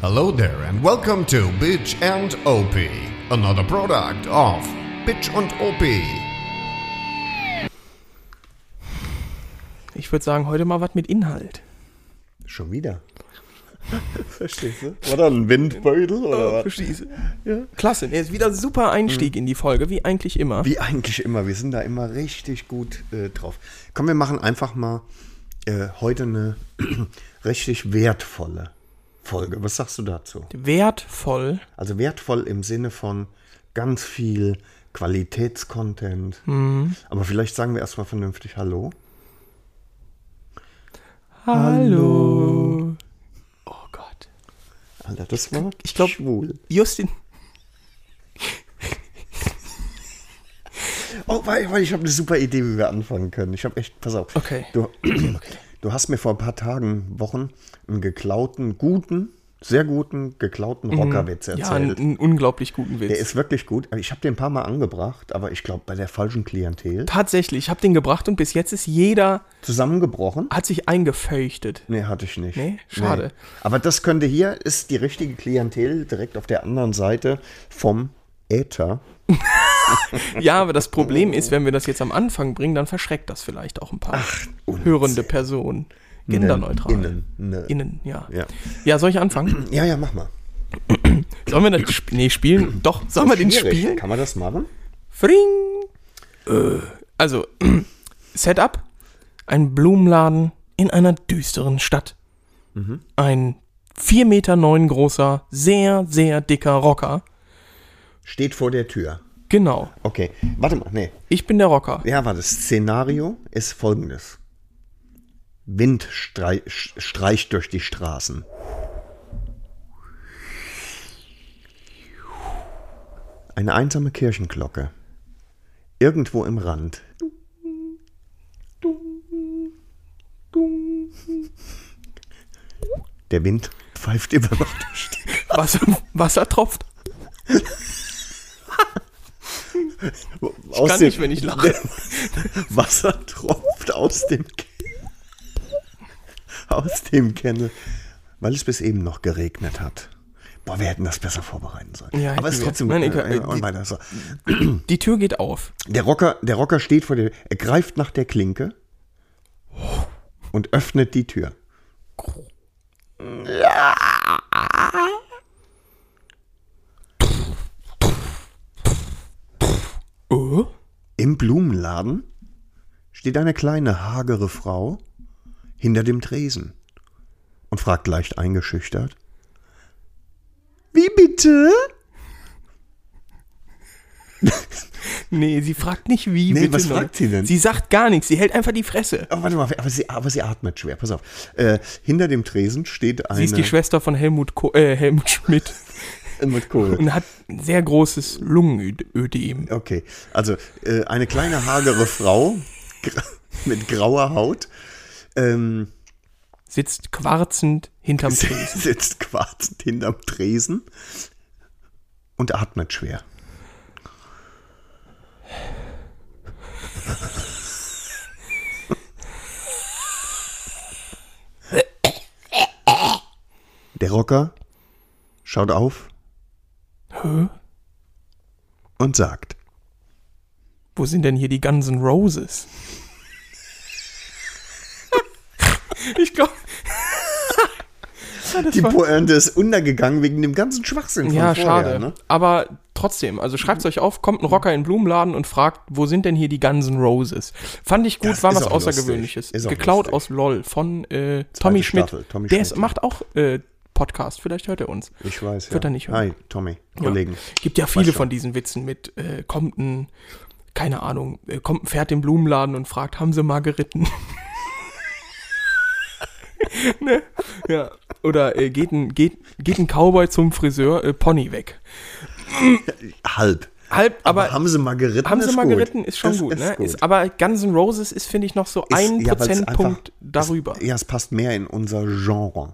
Hello there and welcome to Bitch and OP, another product of Bitch und OP. Ich würde sagen, heute mal was mit Inhalt. Schon wieder. Verstehst du? Oder ein Windbeutel oder was? Mhm. Verstehst du? Ja. Klasse, der ist wieder super Einstieg in die Folge, wie eigentlich immer. Wie eigentlich immer, wir sind da immer richtig gut äh, drauf. Komm, wir machen einfach mal äh, heute eine richtig wertvolle Folge. Was sagst du dazu? Wertvoll. Also wertvoll im Sinne von ganz viel Qualitätscontent. Mhm. Aber vielleicht sagen wir erstmal vernünftig Hallo. Hallo. Oh Gott. Alter, das war ich glaub- schwul. Justin, Oh, weil, weil ich habe eine super Idee, wie wir anfangen können. Ich habe echt, pass auf. Okay. Du, du hast mir vor ein paar Tagen, Wochen einen geklauten, guten, sehr guten, geklauten Rockerwitz Mhm. ja, einen, erzählt. einen unglaublich guten Witz. der ist wirklich gut. Ich habe den ein paar Mal angebracht, aber ich glaube, bei der falschen Klientel. Tatsächlich, ich habe den gebracht und bis jetzt ist jeder, Zusammengebrochen? hat sich eingefeuchtet. Nee, hatte ich nicht. Nee? Schade. Aber das könnte hier, ist die richtige Klientel direkt auf der anderen Seite vom Äther. Ja, aber das Problem ist, wenn wir das jetzt am Anfang bringen, dann verschreckt das vielleicht auch ein paar hörende Personen. Genderneutral. Innen, ne. Innen, ja. Ja. Ja, soll ich anfangen? Ja, ja, mach mal. Sollen wir das sp nee, spielen? Doch, sollen wir den Schwierig. spielen? Kann man das machen? Fring. Also, Setup: Ein Blumenladen in einer düsteren Stadt. Mhm. Ein 4,9 Meter großer, sehr, sehr dicker Rocker. Steht vor der Tür. Genau, Okay, warte mal, nee. ich bin der Rocker. Ja, war das Szenario ist folgendes. Wind strei sch- streicht durch die Straßen. Eine einsame Kirchenglocke. Irgendwo im Rand. Der Wind pfeift immer noch durch. die- Wasser, Wasser tropft. Aus Kann ich, wenn ich lache. Wasser tropft aus dem aus dem Kennel, weil es bis eben noch geregnet hat. Boah, wir hätten das besser vorbereiten sollen. Ja, Aber es ist hätten trotzdem wir. Nein, gut. egal. Ja, ja, und weiter so. Die Tür geht auf. Der Rocker, der Rocker steht vor der, er greift nach der Klinke und öffnet die Tür. Oh? Im Blumenladen steht eine kleine, hagere Frau hinter dem Tresen und fragt leicht eingeschüchtert: Wie bitte? Nee, sie fragt nicht wie. Nee, bitte was nur. fragt sie denn? Sie sagt gar nichts. Sie hält einfach die Fresse. Oh, warte mal, aber sie, aber sie atmet schwer, pass auf. Äh, hinter dem Tresen steht eine. Sie ist die Schwester von Helmut, Ko äh, Helmut Schmidt mit Kohle. und hat ein sehr großes Lungenödem. Okay, also äh, eine kleine, hagere Frau gra- mit grauer Haut ähm, sitzt quarzend hinterm Tisch. sitzt quarzend hinterm Tresen und atmet schwer. Der Rocker schaut auf und sagt. Wo sind denn hier die Guns N' Roses? ich glaube, Die Pointe ist untergegangen wegen dem ganzen Schwachsinn von ja, vorher. schade. Ne? Aber trotzdem, also schreibt's euch auf, kommt ein Rocker in den Blumenladen und fragt, wo sind denn hier die Guns N' Roses? Fand ich gut, Das war ist was auch Außergewöhnliches. lustig. Ist auch Geklaut lustig. aus LOL von äh, Tommy Schmidt. Staffel, Tommy Der Schmidt, ist, ja. macht auch äh, Podcast, vielleicht hört er uns. Ich weiß, ja. Wird er nicht hören. Hi, Tommy, Kollegen. Gibt ja viele Weißt du. von diesen Witzen mit, äh, kommt ein, keine Ahnung, äh, kommt ein Pferd im Blumenladen und fragt, haben sie mal geritten? ne? Ja. Oder äh, geht, ein, geht, geht ein Cowboy zum Friseur, äh, Pony weg. Halb. Halb, aber, haben, haben sie mal geritten? sie ist mal gut. geritten, ist schon Das gut, ne? gut. Ist, aber Guns N' Roses ist, finde ich, noch so ein ja, weil's Prozentpunkt einfach- darüber. Es, ja, es passt mehr in unser Genre,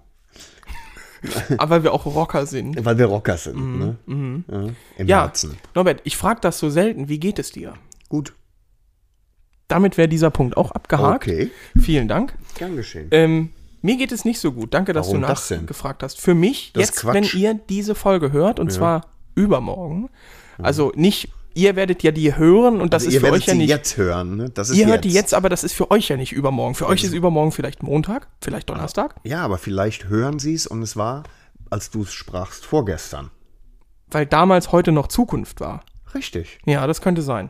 aber wir auch Rocker sind. weil wir Rocker sind. ne? Ja, Im Mhm, Ja, Herzen. Norbert, ich frage das so selten, wie geht es dir? Gut. Damit wäre dieser Punkt auch abgehakt. Okay. Vielen Dank. Gern geschehen. Ähm, Mir geht es nicht so gut. Danke, dass Warum du das denn? nachgefragt hast. Für mich, Das ist jetzt, Quatsch. wenn ihr diese Folge hört, und zwar übermorgen, also nicht, ihr werdet ja die hören und das Also ist ihr für werdet euch ja sie nicht. jetzt hören. Ne? Das ist ihr hört die jetzt, aber das ist für euch ja nicht übermorgen. Für Also euch ist übermorgen vielleicht Montag, vielleicht Ah. Donnerstag, Ja, aber vielleicht hören sie es und es war, als du es sprachst, vorgestern. weil damals heute noch Zukunft war. Richtig. Ja, das könnte sein.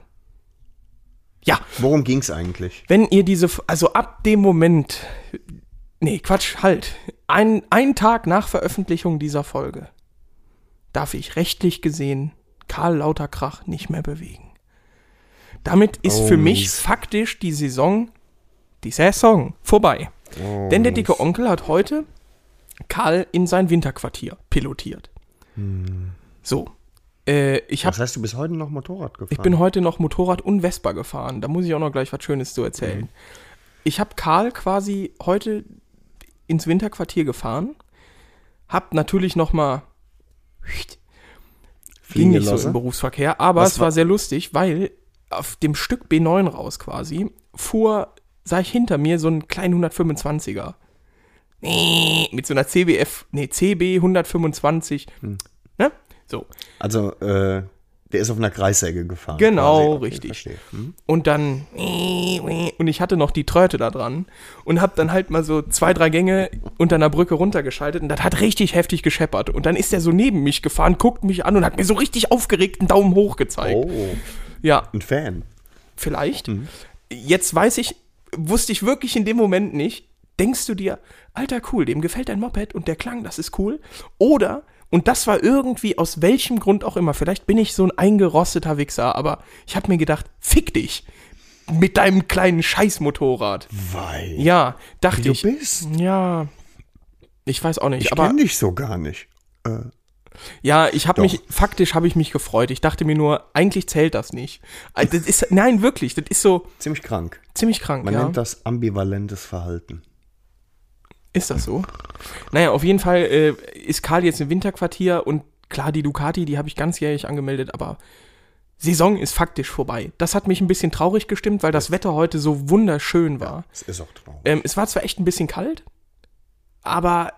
Ja, Worum ging es eigentlich? wenn ihr diese, F- also ab dem Moment, nee, Quatsch, halt, ein, ein Tag nach Veröffentlichung dieser Folge darf ich rechtlich gesehen Karl Lauterkrach nicht mehr bewegen. Damit ist für mich faktisch die Saison, die Saison vorbei. Denn der dicke Onkel hat heute Karl in sein Winterquartier pilotiert. So, äh, ich habe Das heißt, du bist heute noch Motorrad gefahren. ich bin heute noch Motorrad und Vespa gefahren. Da muss ich auch noch gleich was Schönes zu Mhm. erzählen. Ich habe Karl quasi heute ins Winterquartier gefahren. Hab natürlich noch mal ging nicht so Fliegengelassen? im Berufsverkehr, aber Was es war- war sehr lustig, weil auf dem Stück B9 raus quasi fuhr, sah ich hinter mir so einen kleinen 125er. Nee, mit so einer CBF, nee, CB 125. Hm. Ne? So. Also, äh, der ist auf einer Kreissäge gefahren. Genau, Okay, richtig. verstehe. Hm? Und dann und ich hatte noch die Tröte da dran und hab dann halt mal so zwei, drei Gänge unter einer Brücke runtergeschaltet und das hat richtig heftig gescheppert. Und dann ist er so neben mich gefahren, guckt mich an und hat mir so richtig aufgeregt einen Daumen hoch gezeigt. Oh, Ja, ein Fan. vielleicht. Mhm. Jetzt weiß ich, wusste ich wirklich in dem Moment nicht, denkst du dir, alter cool, dem gefällt dein Moped und der Klang, das ist cool. Oder, und das war irgendwie aus welchem Grund auch immer, vielleicht bin ich so ein eingerosteter Wichser, aber ich habe mir gedacht, fick dich mit deinem kleinen Scheißmotorrad. Mhm. Weil. Ja, dachte du ich. bist. Ja. Ich weiß auch nicht, Ich aber kenne dich so gar nicht. ja, ich habe Doch. mich faktisch habe ich mich gefreut. Ich dachte mir nur, eigentlich zählt das nicht. Also, Das ist nein, wirklich, das ist so Ziemlich krank. ziemlich krank, Man ja. nennt das ambivalentes Verhalten. Ist das so? Naja, auf jeden Fall äh, ist Karl jetzt im Winterquartier und klar, die Ducati, die habe ich ganzjährig angemeldet, aber Saison ist faktisch vorbei. Das hat mich ein bisschen traurig gestimmt, weil das Wetter heute so wunderschön war. Das ist auch traurig. Ähm, es war zwar echt ein bisschen kalt, aber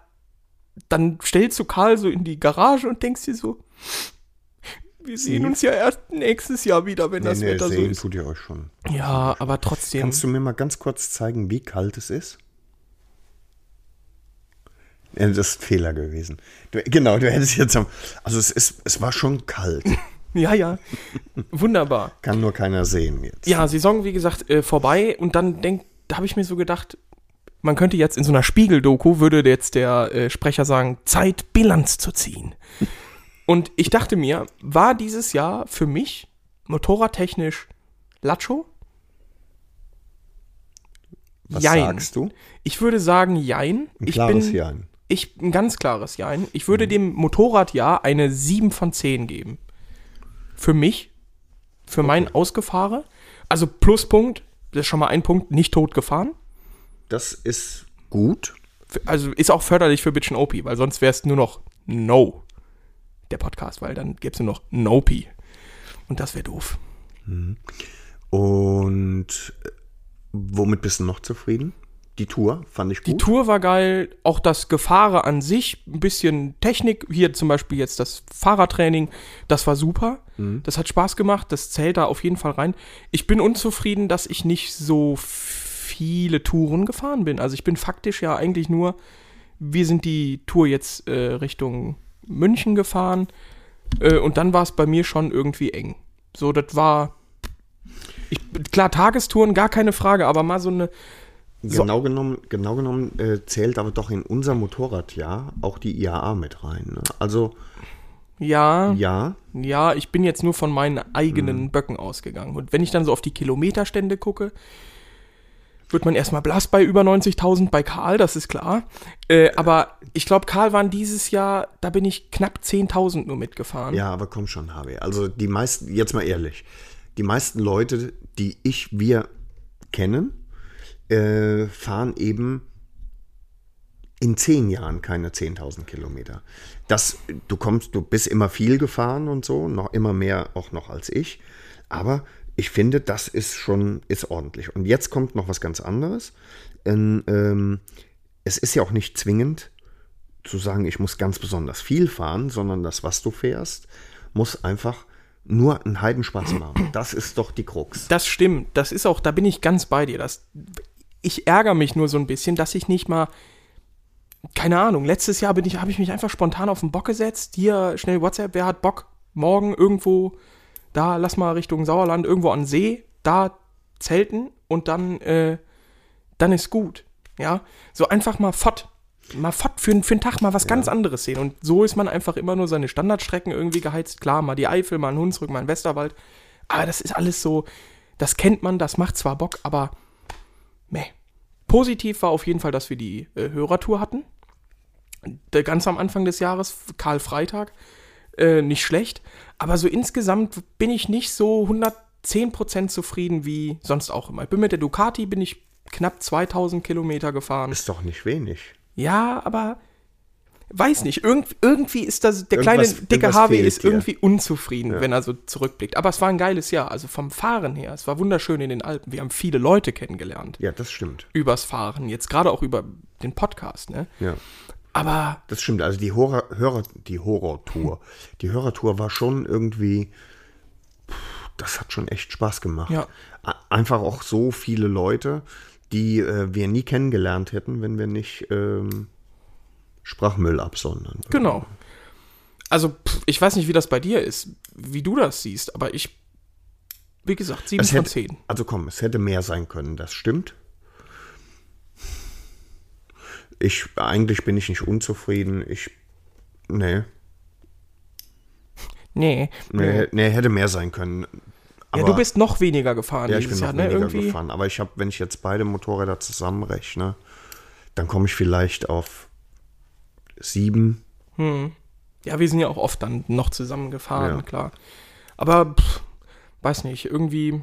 dann stellst du Karl so in die Garage und denkst dir so, wir sehen uns ja erst nächstes Jahr wieder, wenn das Wetter so Hm. sehen ist. Mhm. tut ihr euch schon. Ja, aber trotzdem. Kannst du mir mal ganz kurz zeigen, wie kalt es ist? Ja, das ist ein Fehler gewesen. Du, genau, du hättest jetzt. am- Also, es, ist, es war schon kalt. Ja, ja. Wunderbar. Kann nur keiner sehen jetzt. Ja, Saison, wie gesagt, äh, vorbei und dann denk, da habe ich mir so gedacht, man könnte jetzt in so einer Spiegel-Doku, würde jetzt der äh, Sprecher sagen, Zeit, Bilanz zu ziehen. Und ich dachte mir, war dieses Jahr für mich motorradtechnisch Lacho? Was jein. sagst du? Ich würde sagen, jein. Ein ich klares bin, Jein. Mhm. Ich, ein ganz klares Jein. Ich würde dem Motorradjahr eine 7 von 10 geben. Für mich, für mein Ausgefahre. Also Pluspunkt, das ist schon mal ein Punkt, nicht tot gefahren. Das ist gut. F- Also ist auch förderlich für Bitchen OP, weil sonst wäre es nur noch No, der Podcast, weil dann gäbe es nur noch Nopi. Und das wäre doof. Und äh, womit bist du noch zufrieden? Die Tour fand ich Die gut. Tour war geil, auch das Gefahre an sich, ein bisschen Technik, hier zum Beispiel jetzt das Fahrertraining, das war super, das hat Spaß gemacht, das zählt da auf jeden Fall rein. Ich bin unzufrieden, dass ich nicht so viele Touren gefahren bin. Also ich bin faktisch ja eigentlich nur, wir sind die Tour jetzt äh, Richtung München gefahren äh, und dann war es bei mir schon irgendwie eng. So, das war... Ich, klar, Tagestouren, gar keine Frage, aber mal so eine genau genommen, genau genommen äh, zählt aber doch in unser Motorradjahr auch die IAA mit rein. Ne? Also ja, ja, Ja, ich bin jetzt nur von meinen eigenen Böcken ausgegangen. Und wenn ich dann so auf die Kilometerstände gucke, wird man erstmal blass bei über 90.000 bei Karl, das ist klar. Äh, aber ich glaube, Karl waren dieses Jahr, da bin ich knapp 10.000 nur mitgefahren. ja, aber komm schon, HW. Also die meisten, jetzt mal ehrlich, die meisten Leute, die ich, wir kennen, äh, fahren eben in zehn Jahren keine 10.000 Kilometer. Das, du kommst, du bist immer viel gefahren und so, noch immer mehr auch noch als ich. Aber ich finde, das ist schon, ist ordentlich. Und jetzt kommt noch was ganz anderes. Ein, ähm, es ist ja auch nicht zwingend zu sagen, ich muss ganz besonders viel fahren, sondern das, was du fährst, muss einfach nur einen Heidenspaß machen. Das ist doch die Krux. Das stimmt. Das ist auch, da bin ich ganz bei dir. Das, ich ärgere mich nur so ein bisschen, dass ich nicht mal, keine Ahnung, letztes Jahr bin ich, habe ich mich einfach spontan auf den Bock gesetzt. Hier schnell WhatsApp, wer hat Bock? Morgen irgendwo, da lass mal Richtung Sauerland, irgendwo an See, da zelten und dann, äh, dann ist gut. Ja, so einfach mal fott. Mal fort für, n- für einen Tag mal was ganz anderes sehen. Und so ist man einfach immer nur seine Standardstrecken irgendwie geheizt. Klar, mal die Eifel, mal ein Hunsrück, mal ein Westerwald. Aber das ist alles so, das kennt man, das macht zwar Bock, aber meh. Positiv war auf jeden Fall, dass wir die äh, Hörertour hatten. Der, ganz am Anfang des Jahres, Karl Freitag, äh, nicht schlecht. Aber so insgesamt bin ich nicht so 110% zufrieden wie sonst auch immer. Ich bin mit der Ducati, bin ich knapp 2000 Kilometer gefahren. Ist doch nicht wenig. Ja, aber weiß nicht. Irgend, irgendwie ist das der Irgendwas- kleine dicke irgendwas Harvey fehlt ist dir. irgendwie unzufrieden, wenn er so zurückblickt. Aber es war ein geiles Jahr. Also vom Fahren her, es war wunderschön in den Alpen. Wir haben viele Leute kennengelernt Ja, das stimmt. übers Fahren. Jetzt gerade auch über den Podcast. Ne? Ja. Aber Das stimmt. Also die Horror, Hörer, die Horrortour, die Hörertour war schon irgendwie. Puh, Das hat schon echt Spaß gemacht. Ja. A- Einfach auch so viele Leute, die äh, wir nie kennengelernt hätten, wenn wir nicht ähm, Sprachmüll absondern. würden. genau. Also pff, ich weiß nicht, wie das bei dir ist, wie du das siehst. Aber ich, wie gesagt, 7 Es von hätte, 10. also komm, es hätte mehr sein können, das stimmt. Ich, eigentlich bin ich nicht unzufrieden. Ich, nee, Nee. nee, nee hätte mehr sein können. Ja, du Aber- bist noch weniger gefahren Ja, ich bin dieses noch Jahr, ne? weniger Irgendwie. gefahren. Aber ich habe, wenn ich jetzt beide Motorräder zusammenrechne, dann komme ich vielleicht auf sieben. Ja, wir sind ja auch oft dann noch zusammengefahren, Ja. klar. Aber pff, weiß nicht, irgendwie,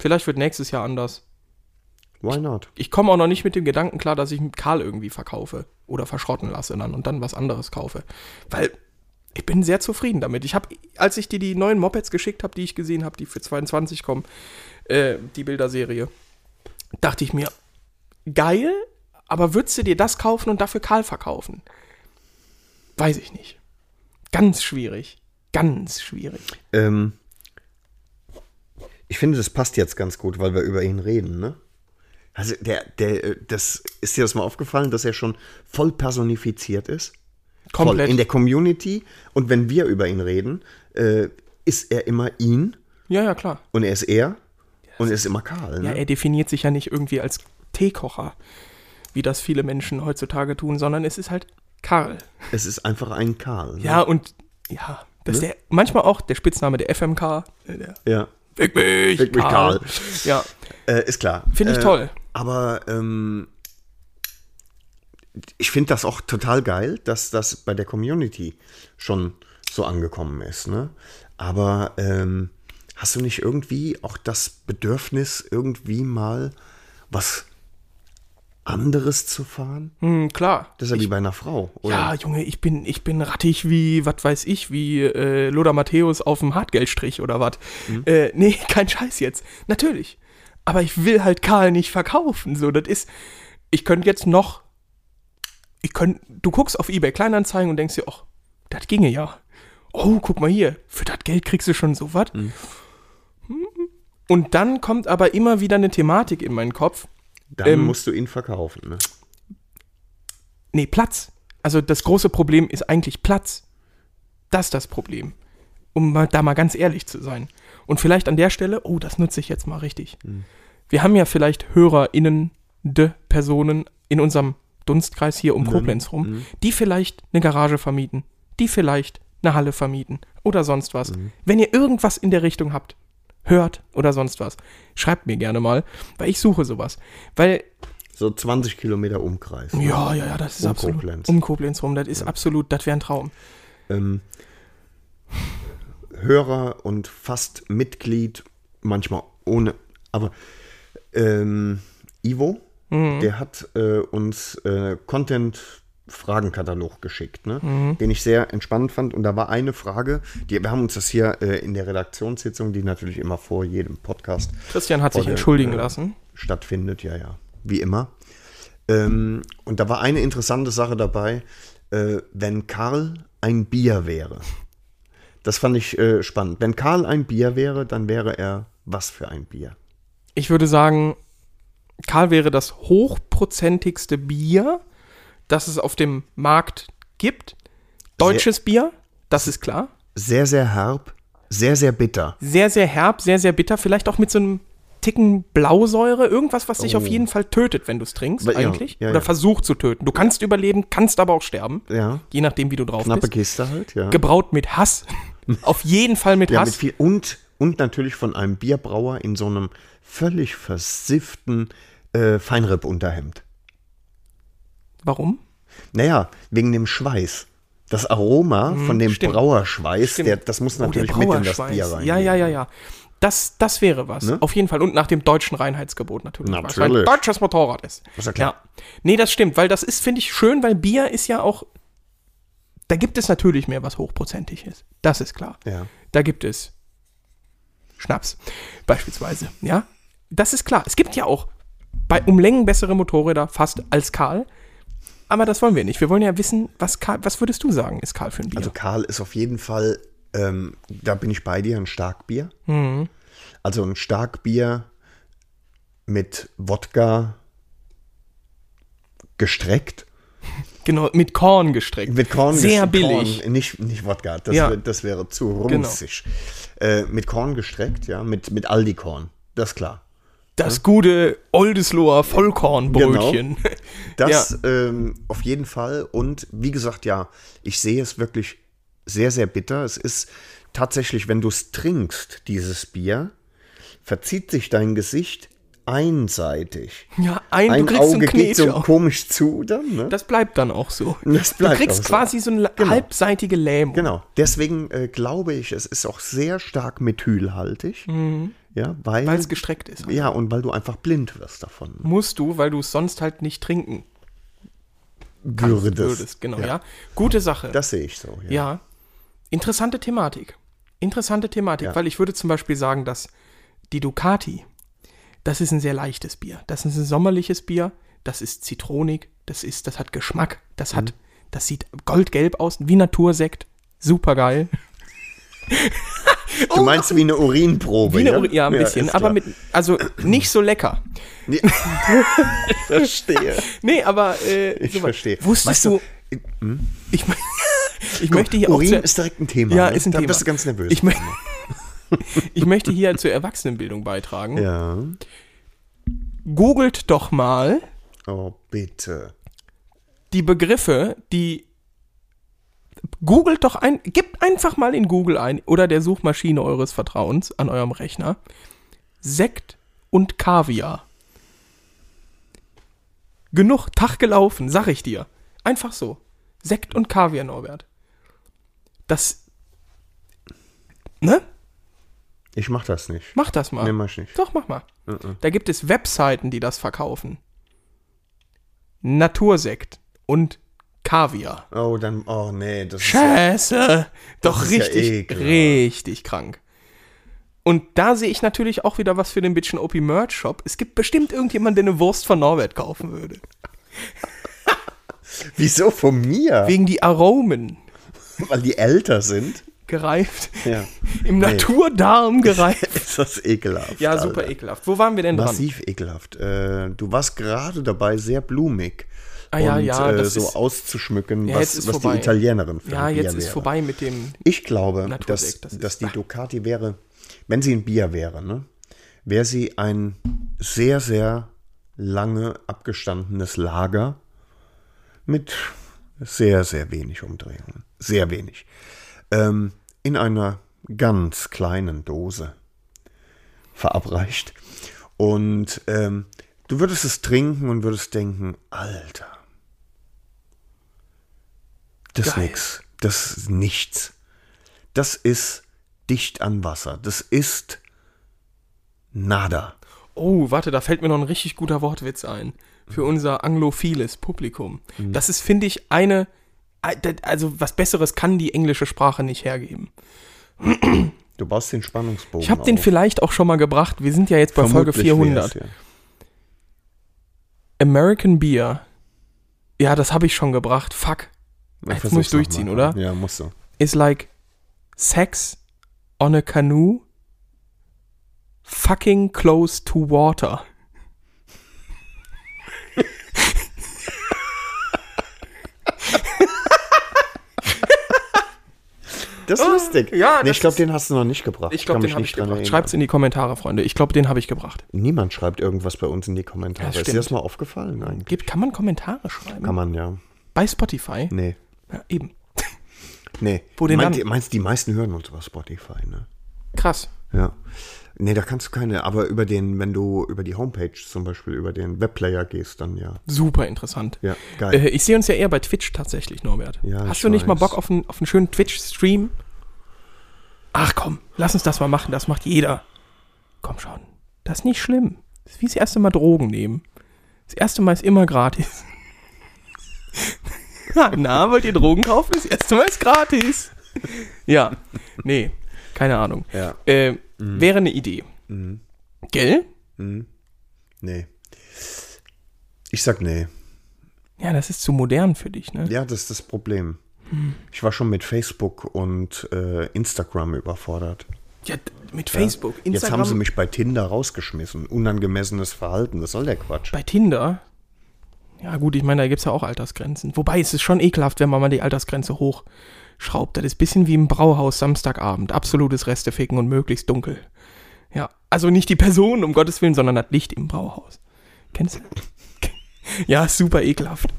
vielleicht wird nächstes Jahr anders. Why not? Ich komme auch noch nicht mit dem Gedanken klar, dass ich mit Karl irgendwie verkaufe oder verschrotten lasse dann und dann was anderes kaufe. Weil ich bin sehr zufrieden damit. Ich habe, als ich dir die neuen Mopeds geschickt habe, die ich gesehen habe, die für 22 kommen, äh, die Bilderserie, dachte ich mir, geil, aber würdest du dir das kaufen und dafür Karl verkaufen? Weiß ich nicht. Ganz schwierig. Ganz schwierig. Ähm, ich finde, das passt jetzt ganz gut, weil wir über ihn reden, ne? Also, der, der, äh, das, ist dir das mal aufgefallen, dass er schon voll personifiziert ist? Voll. Komplett. In der Community. Und wenn wir über ihn reden, äh, ist er immer ihn ja, ja, klar. und er ist er und er ist immer Karl, ne? Ja, er definiert sich ja nicht irgendwie als Teekocher, wie das viele Menschen heutzutage tun, sondern es ist halt Karl. Es ist einfach ein Karl. Ne? Ja, und ja, dass der manchmal auch der Spitzname der FMK, äh, der ja. Fick mich, Fick mich, Karl. Ja, Äh, ist klar. Finde ich äh, toll. Aber ähm, ich finde das auch total geil, dass das bei der Community schon so angekommen ist. Ne? Aber ähm, hast du nicht irgendwie auch das Bedürfnis, irgendwie mal was anderes zu fahren? hm, klar. Das ist ja wie bei einer Frau, oder? Ja, Junge, ich bin, ich bin rattig wie, was weiß ich, wie äh, Loda Matthäus auf dem Hartgeldstrich oder was. Äh, nee, kein Scheiß jetzt. Natürlich. Aber ich will halt Karl nicht verkaufen. So, das ist. Ich könnte jetzt noch. Ich könnte. Du guckst auf Ebay Kleinanzeigen und denkst dir, ach, das ginge ja. Oh, guck mal hier, für das Geld kriegst du schon sowas. Und dann kommt aber immer wieder eine Thematik in meinen Kopf. Dann ähm, musst du ihn verkaufen. Ne? Nee, Platz. Also das große Problem ist eigentlich Platz. Das ist das Problem. Um mal, da mal ganz ehrlich zu sein. Und vielleicht an der Stelle, oh, das nutze ich jetzt mal richtig. Wir haben ja vielleicht HörerInnen, de Personen in unserem Dunstkreis hier um Koblenz rum, die vielleicht eine Garage vermieten, die vielleicht eine Halle vermieten oder sonst was. Wenn ihr irgendwas in der Richtung habt, hört oder sonst was, schreibt mir gerne mal, weil ich suche sowas. Weil So 20 Kilometer Umkreis. ja, ja, ja, das ist Um absolut. Koblenz. Um Koblenz rum, das ist absolut, das wäre ein Traum. ähm, Hörer und fast Mitglied, manchmal ohne, aber ähm, Ivo, der hat äh, uns äh, Content Fragenkatalog geschickt, ne? den ich sehr entspannt fand. Und da war eine Frage, die, wir haben uns das hier äh, in der Redaktionssitzung, die natürlich immer vor jedem Podcast Christian hat sich Voll, entschuldigen ja. lassen. stattfindet, ja, ja, wie immer. Ähm, und da war eine interessante Sache dabei, äh, wenn Karl ein Bier wäre. Das fand ich äh, spannend. Wenn Karl ein Bier wäre, dann wäre er was für ein Bier? Ich würde sagen, Karl wäre das hochprozentigste Bier, das es auf dem Markt gibt. Deutsches Bier, das ist klar. Sehr, sehr herb, sehr, sehr bitter. Sehr, sehr herb, sehr, sehr bitter. Vielleicht auch mit so einem Ticken Blausäure. Irgendwas, was dich auf jeden Fall tötet, wenn du es trinkst, Weil- Oh. ja, eigentlich. ja, Oder ja. versucht zu töten. Du kannst überleben, kannst aber auch sterben. Ja. Je nachdem, wie du drauf Knappe bist. Kiste halt, ja. Gebraut mit Hass. auf jeden Fall mit ja mit Hass. viel, und, und natürlich von einem Bierbrauer in so einem völlig versifften äh, Feinripp-Unterhemd. Warum? Naja, wegen dem Schweiß. Das Aroma von dem Hm, stimmt. Brauerschweiß, Stimmt. der, das muss Oh, der natürlich mit in das Brauerschweiß. Bier rein. Ja, ja, ja, ja. Das, das wäre was. Auf jeden Fall. Und nach dem deutschen Reinheitsgebot natürlich. weil es Natürlich. ein deutsches Motorrad ist. Ist ja klar. Nee, das stimmt, weil das ist, finde ich, schön, weil Bier ist ja auch. Da gibt es natürlich mehr, was hochprozentig ist. Das ist klar. Ja. Da gibt es Schnaps, beispielsweise. Ja, das ist klar. Es gibt ja auch bei um Längen bessere Motorräder fast als Karl. Aber das wollen wir nicht. Wir wollen ja wissen, was Karl, was würdest du sagen, ist Karl für ein Bier? Also Karl ist auf jeden Fall, ähm, da bin ich bei dir, ein Starkbier. Mhm. Also ein Starkbier mit Wodka gestreckt. genau, mit Korn gestreckt. Mit Korn Sehr gest- billig. Korn, nicht, nicht Wodka, das, Ja. Genau. wär, das wäre zu runzig. Äh, mit Korn gestreckt, ja, mit, mit Aldi-Korn, das ist klar. Das gute Oldesloher Vollkornbrötchen. Genau. Das ähm, auf jeden Fall. Und wie gesagt, ja, ich sehe es wirklich sehr, sehr bitter. Es ist tatsächlich, wenn du es trinkst, dieses Bier, verzieht sich dein Gesicht einseitig. Ja, ein, Ein du kriegst so einen Auge geht so Knetscher. komisch zu dann. Ne? das bleibt dann auch so. Das bleibt du kriegst auch so. quasi so eine la- halbseitige Lähmung. Genau. Deswegen äh, glaube ich, es ist auch sehr stark methylhaltig. Mhm. Ja, weil, Weil es gestreckt ist. ja, und weil du einfach blind wirst davon. Musst du, weil du es sonst halt nicht trinken Würdest. würdest. Genau, ja. Gute Sache. Das sehe ich so. Ja. ja. Interessante Thematik. Interessante Thematik, weil ich würde zum Beispiel sagen, dass die Ducati, das ist ein sehr leichtes Bier. Das ist ein sommerliches Bier, das ist zitronig, das ist, das hat Geschmack, das hat, Mhm. das sieht goldgelb aus, wie Natursekt. Super geil. Du meinst wie eine Urinprobe. Oh. Wie eine, Uri- ja, ein bisschen, ist aber klar. mit, also nicht so lecker. Verstehe. Nee, aber äh, Ich sowas. verstehe. Wusstest Weißt du, hm? du, hm? ich, mö- ich möchte hier Urin auch zu, ist direkt ein Thema. Ja, ne? ist ein da Thema. bist du ganz nervös. Ich, mö ich möchte hier zur Erwachsenenbildung beitragen. ja. Googelt doch mal Oh, bitte. die Begriffe, die googelt doch ein, gebt einfach mal in Google ein oder der Suchmaschine eures Vertrauens an eurem Rechner Sekt und Kaviar. Genug Tag gelaufen, sag ich dir. Einfach so. Sekt und Kaviar, Norbert. Das ne? Ich mach das nicht. Mach das mal. Nee, mach ich nicht. Doch, mach mal. Mhm. Da gibt es Webseiten, die das verkaufen. Natursekt und Kaviar. Oh, dann, oh nee, das ist Scheiße! Doch ist ja richtig, ekelhaft. richtig krank. Und da sehe ich natürlich auch wieder was für den bitchen OP Merch Shop. Es gibt bestimmt irgendjemanden, der eine Wurst von Norbert kaufen würde. wieso von mir? Wegen die Aromen. Weil die älter sind. Gereift. Ja. Im Naturdarm gereift. ist das ekelhaft. Ja, super Alter. ekelhaft. Wo waren wir denn dran? Massiv ekelhaft. Äh, du warst gerade dabei, sehr blumig. Ah, ja, und, ja, äh, das so ist- auszuschmücken, Ja, jetzt was, ist was die vorbei. Italienerin für Ja, ein Bier jetzt ist wäre. vorbei mit dem. Ich glaube, dass, Natursekt, das ist- dass die Ducati wäre, wenn sie ein Bier wäre, ne, wäre sie ein sehr, sehr lange abgestandenes Lager mit sehr, sehr wenig Umdrehungen. Sehr wenig. Ähm, in einer ganz kleinen Dose verabreicht. Und ähm, du würdest es trinken und würdest denken, Alter, das ist Geil. nix. Das ist nichts. Das ist dicht an Wasser. Das ist nada. Oh, warte, da fällt mir noch ein richtig guter Wortwitz ein. Für unser anglophiles Publikum. Das ist, finde ich, eine. Also, was Besseres kann die englische Sprache nicht hergeben. Du baust den Spannungsbogen Ich habe den auf. vielleicht auch schon mal gebracht. Wir sind ja jetzt bei Folge Vermutlich wär's, 400. ja. American Beer. Ja, das habe ich schon gebracht. Fuck. Jetzt muss ich durchziehen, oder? Ja, musst du. Is like Sex on a canoe fucking close to water. Das ist lustig. Ah, ja, nee, das ich glaube, ist- den hast du noch nicht gebracht. Ich glaube, den habe ich gebracht. Schreibt's in die Kommentare, Freunde. Ich glaube, den habe ich gebracht. Niemand schreibt irgendwas bei uns in die Kommentare. Das ist dir stimmt. das mal aufgefallen? Nein. Gibt, kann man Kommentare schreiben? Kann man ja. Bei Spotify? Nee. Ja, eben. Nee. Wo denn Meint dann? ihr- Meinst die meisten hören uns über Spotify, ne? Krass. Ja. Nee, da kannst du keine, aber über den, wenn du über die Homepage zum Beispiel, über den Webplayer gehst, dann ja. Super interessant. Ja, geil. Äh, ich sehe uns ja eher bei Twitch tatsächlich, Norbert. Ja, ich Hast du nicht mal weiß. Bock auf einen, auf einen schönen Twitch-Stream? Ach komm, lass uns das mal machen. Das macht jeder. Komm schon. Das ist nicht schlimm. Das ist wie das erste Mal Drogen nehmen. Das erste Mal ist immer gratis. Na, wollt ihr Drogen kaufen? Das erste Mal ist gratis. Ja. Nee, keine Ahnung. Ja. Mhm. Äh, Wäre eine Idee. Gell? Nee. Ich sag nee. Ja, das ist zu modern für dich, ne? Ja, das ist das Problem. Ich war schon mit Facebook und äh, Instagram überfordert. Ja, d- mit Facebook, Instagram. Jetzt haben sie mich bei Tinder rausgeschmissen. Unangemessenes Verhalten, das soll der Quatsch. Bei Tinder? Ja, gut, ich meine, da gibt es ja auch Altersgrenzen. Wobei, es ist schon ekelhaft, wenn man mal die Altersgrenze hochschraubt. Das ist ein bisschen wie im Brauhaus Samstagabend. Absolutes Resteficken und möglichst dunkel. Ja, also nicht die Person, um Gottes Willen, sondern das Licht im Brauhaus. Kennst du? ja, ist super ekelhaft.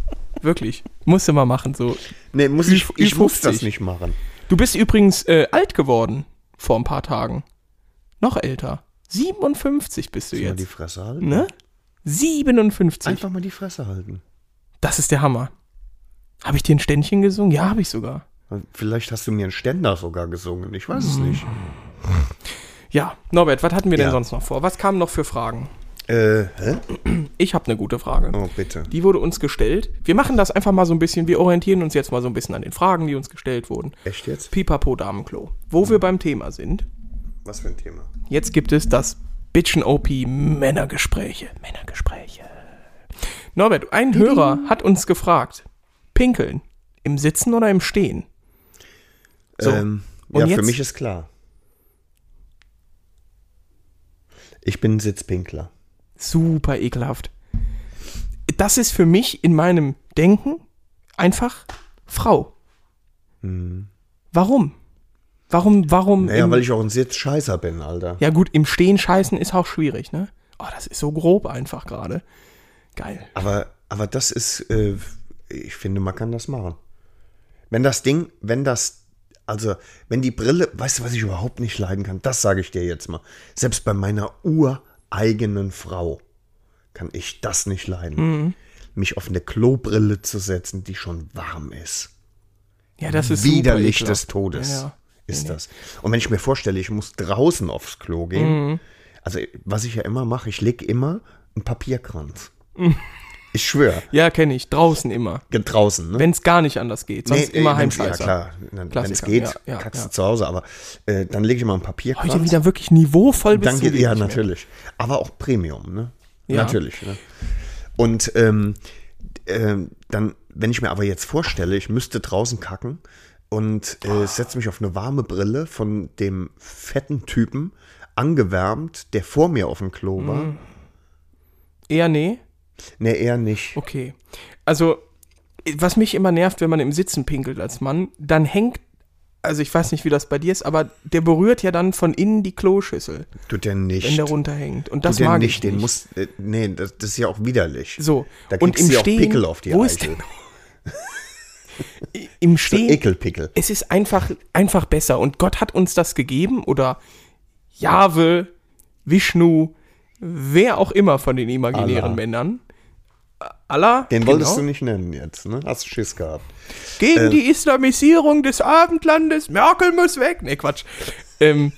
Wirklich. Musste mal machen, so. nee, muss ich, Ü- ich muss Ü50. das nicht machen. Du bist übrigens äh, alt geworden vor ein paar Tagen. Noch älter. 57 bist du Mal die jetzt. Fresse halten. Ne? 57. Einfach mal die Fresse halten. Das ist der Hammer. Habe ich dir ein Ständchen gesungen? Ja, habe ich sogar. Vielleicht hast du mir einen Ständer sogar gesungen. Ich weiß Hm. es nicht. Ja, Norbert, was hatten wir denn Ja. sonst noch vor? Was kamen noch für Fragen? Äh, hä? Ich habe eine gute Frage. Oh, bitte. Die wurde uns gestellt. Wir machen das einfach mal so ein bisschen, wir orientieren uns jetzt mal so ein bisschen an den Fragen, die uns gestellt wurden. Echt jetzt? Pipapo Damenklo. Wo wir beim Thema sind, Was für ein Thema? jetzt gibt es das Bitchen OP Männergespräche. Männergespräche. Norbert, ein Hörer hat uns gefragt: Pinkeln im Sitzen oder im Stehen? So. Ähm, Und ja, für jetzt- mich ist klar. Ich bin ein Sitzpinkler. super ekelhaft. Das ist für mich in meinem Denken einfach Frau. Warum? Warum, warum? Mhm. Naja, im, weil ich auch ein Sitzscheißer bin, Alter. ja gut, im Stehen scheißen ist auch schwierig, ne? Oh, das ist so grob einfach gerade. Geil. Aber, aber das ist, äh, ich finde, man kann das machen. Wenn das Ding, wenn das, also, wenn die Brille, weißt du, was ich überhaupt nicht leiden kann? Das sage ich dir jetzt mal. Selbst bei meiner ureigenen Frau kann ich das nicht leiden. Mhm. Mich auf eine Klobrille zu setzen, die schon warm ist. Ja, das ist super widerlich ekelhaft. des Todes Ja, ja. ist das. Und wenn ich mir vorstelle, ich muss draußen aufs Klo gehen, Mhm. also was ich ja immer mache, ich lege immer einen Papierkranz. Ich schwöre, Ja, kenne ich. Draußen immer. draußen. Ne? Wenn es gar nicht anders geht. Sonst Nee, immer äh, wenn's- Heimscheißer. Ja, klar. Wenn es Klassiker, geht, ja, ja, kackst ja. du zu Hause. Aber äh, dann lege ich mal einen Papierkranz. Heute wieder wirklich niveauvoll bis dann zum geht, geht ja, nicht mehr. natürlich. Aber auch Premium, ne? Ja. Natürlich. Ne? Und ähm, ähm, dann, wenn ich mir aber jetzt vorstelle, ich müsste draußen kacken und äh, setze mich auf eine warme Brille von dem fetten Typen, angewärmt, der vor mir auf dem Klo war. Mhm. Eher nee. Nee, eher nicht. Okay. Also, was mich immer nervt, wenn man im Sitzen pinkelt als Mann, dann hängt, also ich weiß nicht, wie das bei dir ist, aber der berührt ja dann von innen die Kloschüssel, Tut der nicht. wenn der runterhängt. Und das Tut der mag nicht. ich den nicht. muss. Äh, nee, das, das ist ja auch widerlich. so, Da und kriegst im du ja auch Stehen, Pickel auf die wo ist Eichel. denn, Im So Stehen, Ekelpickel. es ist einfach, einfach besser. Und Gott hat uns das gegeben oder Jahwe, Vishnu, wer auch immer von den imaginären Allah. Männern. Äh, Allah. Den wolltest genau. du nicht nennen jetzt, ne? Hast du Schiss gehabt. Äh. Gegen die Islamisierung des Abendlandes. Merkel muss weg. Nee, Quatsch. Ähm,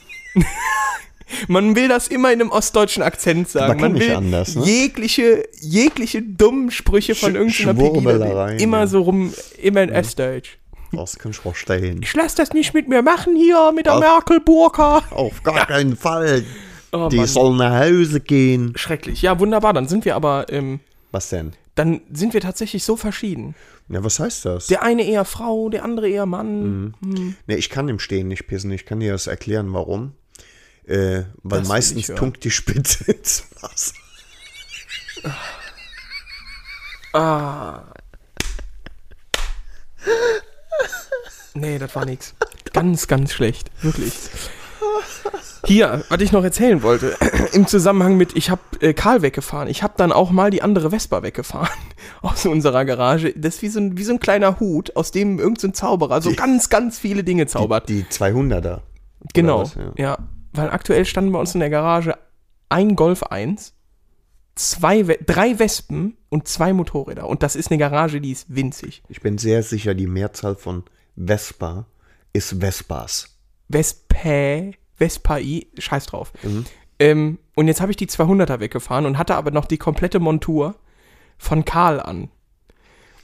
man will das immer in einem ostdeutschen Akzent sagen. Man kann will nicht anders, ne? jegliche, jegliche dummen Sprüche von Sch- irgendeiner Pegida. Schwurbelereien, Immer ja. so rum, immer in Ostdeutsch. Das kann ich auch stellen. Ich lass das nicht mit mir machen hier, mit der Auf- Merkel-Burka. Auf gar keinen Fall. Oh, die Mann. sollen nach Hause gehen. Schrecklich. Ja, wunderbar. Dann sind wir aber ähm, Was denn? dann sind wir tatsächlich so verschieden. Ja, was heißt das? Der eine eher Frau, der andere eher Mann. Ne, ich kann im Stehen nicht pissen. Ich kann dir das erklären, warum. Äh, weil ich meistens hören. tunkt die Spitze ins Wasser. Nee, das war nix. Ganz, ganz schlecht. Wirklich. Hier, was ich noch erzählen wollte, im Zusammenhang mit, ich habe äh, Karl weggefahren. Ich habe dann auch mal die andere Vespa weggefahren aus unserer Garage. Das ist wie so ein, wie so ein kleiner Hut, aus dem irgendein so ein Zauberer so ganz, ganz viele Dinge zaubert. Die 200er. Genau, was, ja. ja. Weil aktuell standen bei uns in der Garage ein Golf 1, zwei, We- drei Wespen und zwei Motorräder. Und das ist eine Garage, die ist winzig. Ich bin sehr sicher, die Mehrzahl von Vespa ist Vespas. Vespa, Vespa I, scheiß drauf. Mhm. Ähm, und jetzt habe ich die 200er weggefahren und hatte aber noch die komplette Montur von Karl an.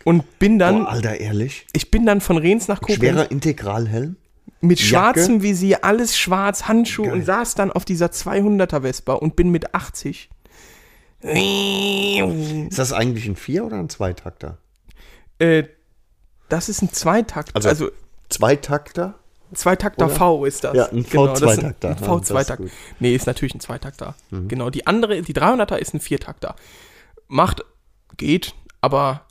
Und bin dann, Boah, Oh, Alter, ehrlich? ich bin dann von Rehns nach Koblenz. Schwerer Integralhelm? mit Jacke. schwarzem Visier, alles schwarz, Handschuhe Geil. und saß dann auf dieser 200er Vespa und bin mit 80. Äh, Ist das eigentlich ein Vier- oder ein Zweitakter? das ist ein Zweitakt, also, Also- Zweitakter? Zweitakter V ist das. Genau, Ja, das ein ist ein- V-Zweitakter. Ein Ja, V-Zweitakter. das ist Mhm. nee, ist natürlich ein Zweitakter. Genau, die andere, die 300er ist ein Viertakter. Macht, geht, aber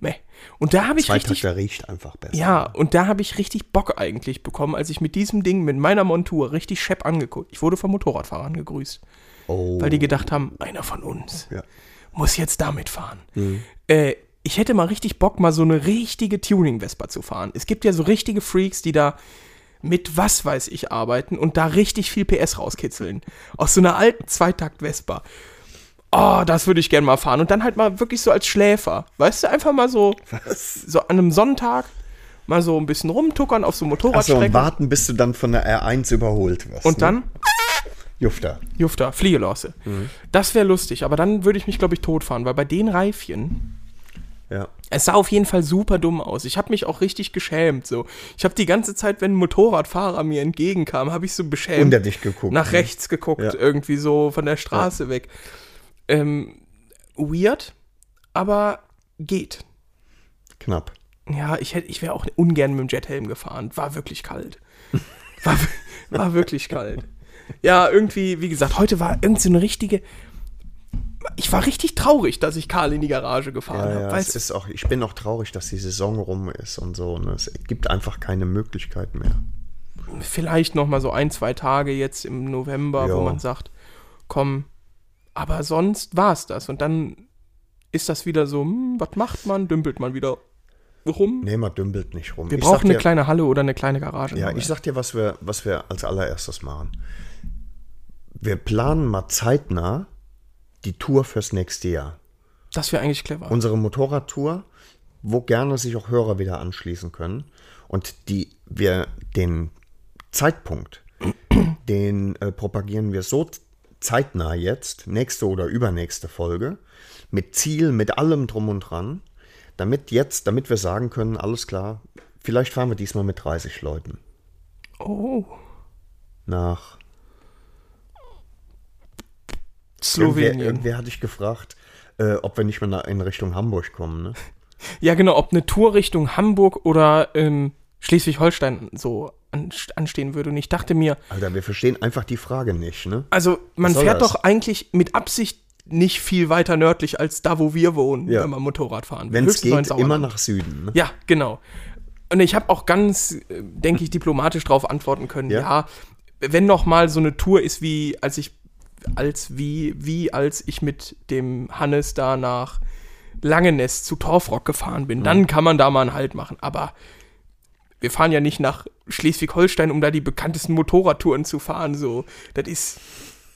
meh. Und da habe ich richtig Zweitakter riecht einfach besser. Ja, und da habe ich richtig Bock eigentlich bekommen, als ich mit diesem Ding, mit meiner Montur, richtig schepp angeguckt. Ich wurde von Motorradfahrern gegrüßt, Oh. weil die gedacht haben, einer von uns Ja. muss jetzt damit fahren. Äh, ich hätte mal richtig Bock, mal so eine richtige Tuning-Vespa zu fahren. Es gibt ja so richtige Freaks, die da mit was weiß ich arbeiten und da richtig viel PS rauskitzeln. Aus so einer alten Zweitakt-Vespa. Oh, das würde ich gerne mal fahren. Und dann halt mal wirklich so als Schläfer. Weißt du, einfach mal so, so an einem Sonntag mal so ein bisschen rumtuckern auf so Achso, und Motorradstrecken. warten, bis du dann von der R1 überholt wirst. und dann, Ne? Jufter. Jufter, Fliehelasse. Das wäre lustig, aber dann würde ich mich, glaube ich, totfahren, weil bei den Reifchen, Ja. Es sah auf jeden Fall super dumm aus. Ich habe mich auch richtig geschämt. So, ich habe die ganze Zeit, wenn ein Motorradfahrer mir entgegenkam, habe ich so beschämt Unter dich geguckt. nach ne? rechts geguckt, Ja. irgendwie so von der Straße weg. Ähm, weird, aber geht. Knapp. Ja, ich hätte, ich wäre auch ungern mit dem Jethelm gefahren. War wirklich kalt. War, war wirklich kalt. Ja, irgendwie, wie gesagt, heute war irgendwie so eine richtige. Ich war richtig traurig, dass ich Karl in die Garage gefahren Ja, habe. ja, weil es es- ist auch, ich bin auch traurig, dass die Saison rum ist und so. Ne? Es gibt einfach keine Möglichkeit mehr. vielleicht noch mal so ein, zwei Tage jetzt im November, wo Ja. man sagt, komm, aber sonst war es das. Und dann ist das wieder so, hm, was macht man? Dümpelt man wieder rum? Nee, man dümpelt nicht rum. Wir Ich sag brauchen eine dir- kleine Halle oder eine kleine Garage. Ja, ich sag dir, was wir, was wir als allererstes machen. Wir planen mal zeitnah die Tour fürs nächste Jahr. das wäre eigentlich clever. Unsere Motorradtour, wo gerne sich auch Hörer wieder anschließen können. Und die wir den Zeitpunkt, den äh, propagieren wir so zeitnah jetzt, nächste oder übernächste Folge, mit Ziel, mit allem drum und dran, damit jetzt, damit wir sagen können, alles klar, vielleicht fahren wir diesmal mit 30 Leuten oh, nach Irgendwer, Slowenien. irgendwer hatte ich gefragt, äh, ob wir nicht mal nach- in Richtung Hamburg kommen. Ne? Ja, genau, ob eine Tour Richtung Hamburg oder ähm, Schleswig-Holstein so anst- anstehen würde. Und ich dachte mir, Alter, wir verstehen einfach die Frage nicht. Ne? Also man Was soll fährt das? doch eigentlich mit Absicht nicht viel weiter nördlich als da, wo wir wohnen, Ja. wenn man Motorrad fahren will. Wenn es Höchstens noch in geht, immer Sauerland. nach Süden. Ne? Ja, genau. Und ich habe auch ganz, äh, denke ich, diplomatisch darauf antworten können. Ja. Ja. wenn noch mal so eine Tour ist wie als ich als wie wie als ich mit dem Hannes da nach Langenest zu Torfrock gefahren bin, dann kann man da mal einen Halt machen. Aber wir fahren ja nicht nach Schleswig-Holstein, um da die bekanntesten Motorradtouren zu fahren. So, das ist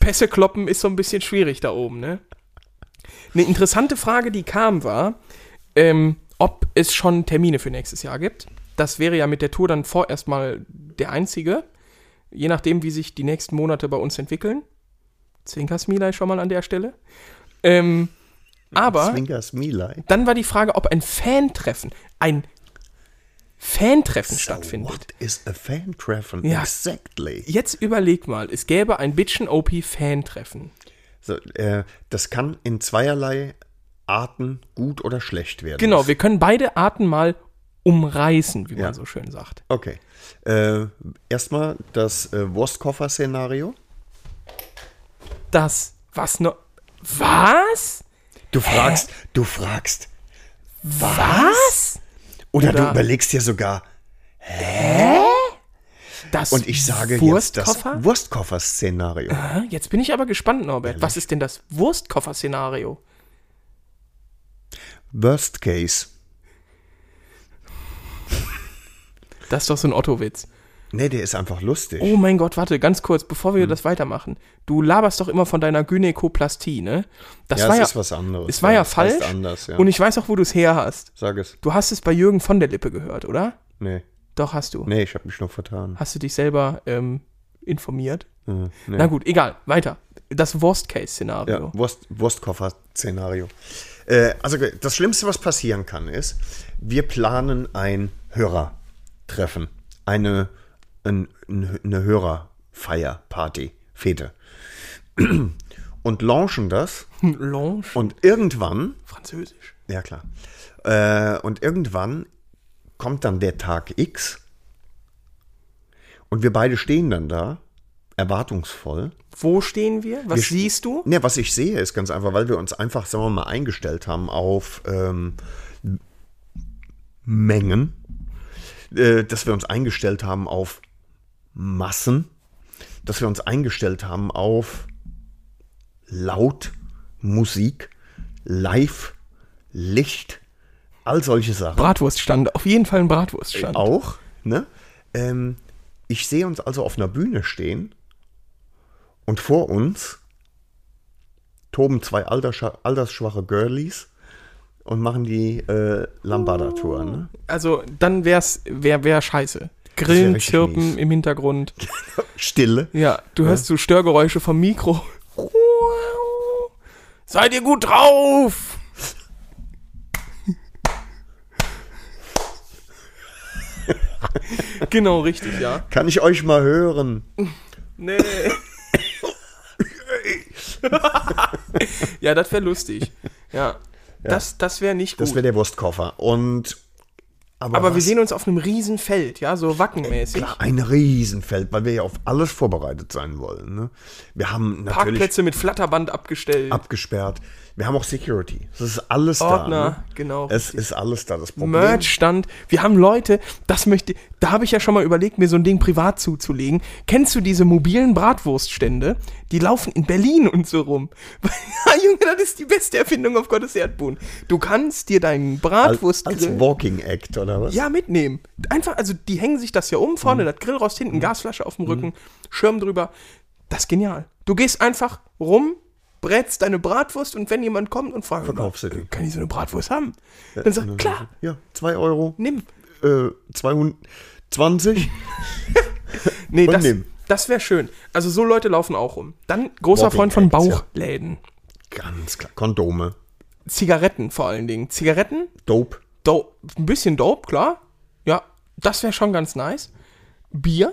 Pässe kloppen ist so ein bisschen schwierig da oben. Ne? Eine interessante Frage, die kam, war, ähm, ob es schon Termine für nächstes Jahr gibt. Das wäre ja mit der Tour dann vorerst mal der einzige. Je nachdem, wie sich die nächsten Monate bei uns entwickeln. Zwinkers Milay schon mal an der Stelle. Ähm, aber Zwinkers Milay. dann war die Frage, ob ein Fan-Treffen, ein Fan-Treffen stattfindet. What is a fan treffen? Ja. Exactly. Jetzt überleg mal, es gäbe ein Bitchen OP Fan-Treffen. So, äh, das kann in zweierlei Arten gut oder schlecht werden. Genau, wir können beide Arten mal umreißen, wie man so schön sagt. Okay. Äh, Erstmal das äh, Wurstkoffer-Szenario. Das, was noch. Was? Du fragst, du fragst. Was? Oder, du Oder- überlegst dir sogar. Das Und ich sage jetzt das Wurstkoffer? Wurstkoffer-Szenario. Aha, Jetzt bin ich aber gespannt, Norbert. Was ist denn das Wurstkoffer-Szenario? Worst Case. Das ist doch so ein Otto-Witz. Nee, der ist einfach lustig. Oh mein Gott, warte, ganz kurz, bevor wir Hm. das weitermachen. Du laberst doch immer von deiner Gynäkoplastie, ne? Das Ja, war es ja, ist was anderes. Es war Ja, ja es heißt falsch. anders, ja. Und ich weiß auch, wo du es her hast. Sag es. Du hast es bei Jürgen von der Lippe gehört, oder? Nee. Doch, hast du. Nee, ich habe mich noch vertan. Hast du dich selber ähm, informiert? Hm, nee. Na gut, egal, weiter. Das Worst-Case-Szenario. Ja, Wurst, Wurstkoffer-Szenario. Äh, also das Schlimmste, was passieren kann, ist, wir planen ein Hörertreffen, eine, ein, ein- eine Hörerfeier, Party, Fete. Und launchen das Hm, Lange, und irgendwann, Französisch. ja klar, äh, und irgendwann kommt dann der Tag X und wir beide stehen dann da, erwartungsvoll. Wo stehen wir? Was Wir- siehst du? Ne, was ich sehe, ist ganz einfach, weil wir uns einfach, sagen wir mal, eingestellt haben auf ähm, Mengen, äh, dass wir uns eingestellt haben auf Massen, dass wir uns eingestellt haben auf Laut, Musik, Live, Licht, all solche Sachen Bratwurststand, auf jeden Fall ein Bratwurststand. auch. Ne? Ähm, ich sehe uns also auf einer Bühne stehen und vor uns toben zwei alterscha- altersschwache Girlies und machen die äh, Lambada-Tour. Ne? Also, dann wär's, wär, wär scheiße. wär Grillen, richtig Chirpen mies. im Hintergrund. Stille. Ja, du hörst so Störgeräusche vom Mikro. Seid ihr gut drauf? genau, richtig, ja. Kann ich euch mal hören? Nee. ja, das wäre lustig. Ja. Das, das wäre nicht gut. Das wäre der Wurstkoffer. Und Aber wir was? sehen uns auf einem riesen Feld, ja, so wackenmäßig. Klar, ein Riesenfeld, weil wir ja auf alles vorbereitet sein wollen. Ne? Wir haben natürlich Parkplätze mit Flatterband abgestellt. abgesperrt. Wir haben auch Security. Es ist alles da. Ordner, Ne? genau, Es ist alles da. Das Problem Merch-Stand. Wir haben Leute, das möchte, da habe ich ja schon mal überlegt, mir so ein Ding privat zuzulegen. Kennst du diese mobilen Bratwurststände? Die laufen in Berlin und so rum. Ja, Junge, das ist die beste Erfindung auf Gottes Erdboden. Du kannst dir deinen als, als Bratwurstgrill Walking Act oder was? ja mitnehmen. Einfach, also die hängen sich das ja um, vorne Mhm. das Grillrost hinten, Gasflasche auf dem Rücken, Schirm drüber. Das ist genial. Du gehst einfach rum, brätst deine Bratwurst und wenn jemand kommt und fragt, Verkaufst du die. kann ich so eine Bratwurst haben? Dann sagt, klar, Ja, 2 Euro. nimm. Äh, 220. Nee, das, nehmen. das wäre schön. Also so Leute laufen auch rum. Dann großer Walking Freund von Acts, ja. Bauchläden. Ganz klar. Kondome. Zigaretten vor allen Dingen. Zigaretten, Dope. dope, ein bisschen dope, klar. Ja, das wäre schon ganz nice. Bier.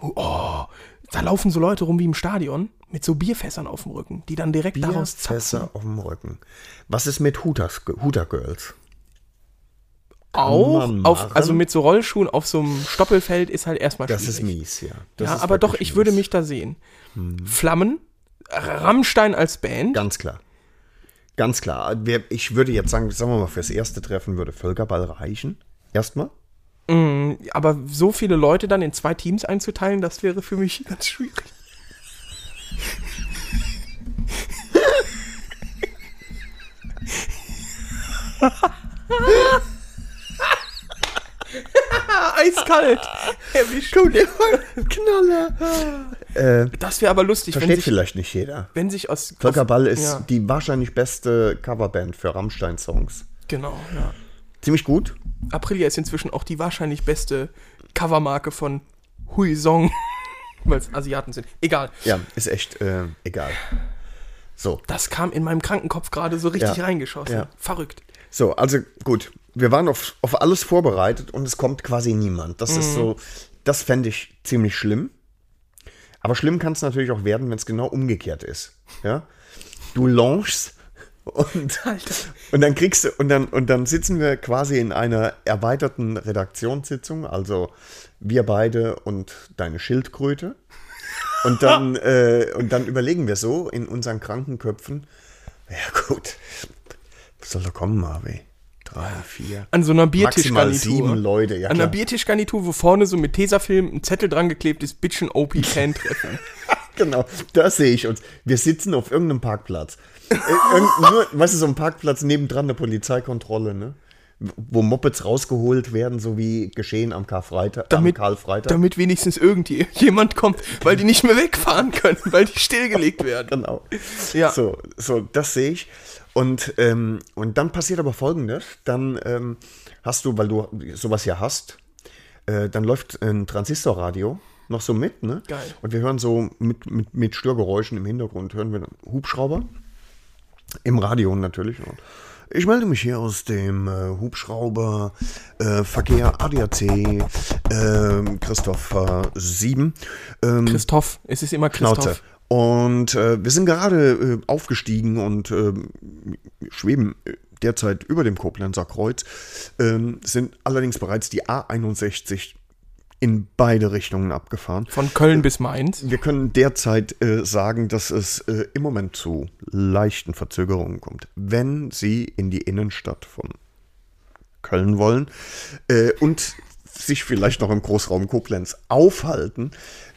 Oh, da laufen so Leute rum wie im Stadion mit so Bierfässern auf dem Rücken, die dann direkt daraus zapfen. Bierfässer auf dem Rücken. Was ist mit Hooters, Hooter Girls? Auch man machen. auf, also mit so Rollschuhen auf so einem Stoppelfeld ist halt erstmal Das schwierig. ist mies, ja. Das ja, ist aber doch, wirklich ich würde mies. Hm. mich da sehen. Flammen, Rammstein als Band. Ganz klar. Ganz klar. Wir- Ich würde jetzt sagen, sagen wir mal, fürs erste Treffen würde Völkerball reichen. Erstmal. Aber so viele Leute dann in zwei Teams einzuteilen, das wäre für mich ganz schwierig. Eiskalt. Erwischt. Knaller. Das wäre aber lustig, wenn Versteht sich, vielleicht nicht jeder. wenn sich aus. Völkerball aus, ist Ja, die wahrscheinlich beste Coverband für Rammstein-Songs. genau, ja. Ziemlich gut. Aprilia ist inzwischen auch die wahrscheinlich beste Covermarke von Hui Song, weil es Asiaten sind. Egal. Ja, ist echt äh, egal. So, Das kam in meinem Krankenkopf gerade so richtig Ja. reingeschossen. Ja. Verrückt. so, also gut. Wir waren auf, auf alles vorbereitet und es kommt quasi niemand. Das Mhm. ist so, das fände ich ziemlich schlimm. Aber schlimm kann es natürlich auch werden, wenn es genau umgekehrt ist. Ja? Du launchst Und, und dann kriegst du, und dann, und dann sitzen wir quasi in einer erweiterten Redaktionssitzung, also wir beide und deine Schildkröte. Und dann, äh, und dann überlegen wir so in unseren kranken Köpfen, ja gut, was soll da kommen, Marvin? Drei, vier. An so einer Maximal sieben Biertischgarnitur. Leute, ja An einer klar. Biertischgarnitur, wo vorne so mit Tesafilm ein Zettel dran geklebt ist, bitchen OP can treffen. Genau, da sehe ich uns. Wir sitzen auf irgendeinem Parkplatz. Äh, irgend- nur, weißt du, so ein Parkplatz nebendran eine Polizeikontrolle, ne? Wo Mopeds rausgeholt werden, so wie geschehen am Karfreitag, Damit- am Karlfreitag. Damit wenigstens irgendjemand kommt, weil die nicht mehr wegfahren können, weil die stillgelegt werden. Genau. Ja. So, so das sehe ich. Und, ähm, und dann passiert aber folgendes: Dann ähm, hast du, weil du sowas ja hast, äh, dann läuft ein Transistorradio noch so mit, ne? Geil. Und wir hören so mit, mit, mit Störgeräuschen im Hintergrund, hören wir dann Hubschrauber. Im Radio natürlich. Und ich melde mich hier aus dem äh, Hubschrauber äh, Verkehr ADAC ähm, Christopher 7. Ähm, Christoph, es ist immer Schnauze. Christoph. Und äh, wir sind gerade äh, aufgestiegen und ähm, schweben äh, derzeit über dem Koblenzer Kreuz, ähm, sind allerdings bereits die A61 in beide Richtungen abgefahren. Von Köln bis Mainz. Wir können derzeit äh, sagen, dass es äh, im Moment zu leichten Verzögerungen kommt, wenn Sie in die Innenstadt von Köln wollen äh, und sich vielleicht noch im Großraum Koblenz aufhalten.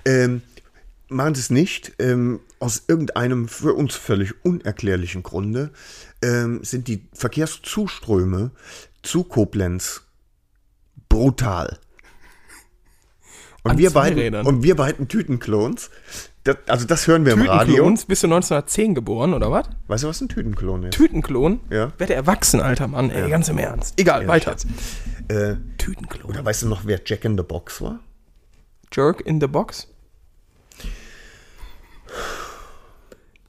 Ähm, machen Sie es nicht. Ähm, aus irgendeinem für uns völlig unerklärlichen Grunde ähm, sind die Verkehrszuströme zu Koblenz brutal. Und An wir, zwei beiden, Rädern. und wir beiden Tütenklons, das, also das hören wir im Radio. Tütenklons, bist du 1910 geboren, oder was? Weißt du, was ein Tütenklon ist? Tütenklon? Ja. Werde erwachsen, alter Mann, ey, ganz im Ernst. Egal, weiter. äh, Tütenklon. oder weißt du noch, wer Jack in the Box war? Jerk in the Box.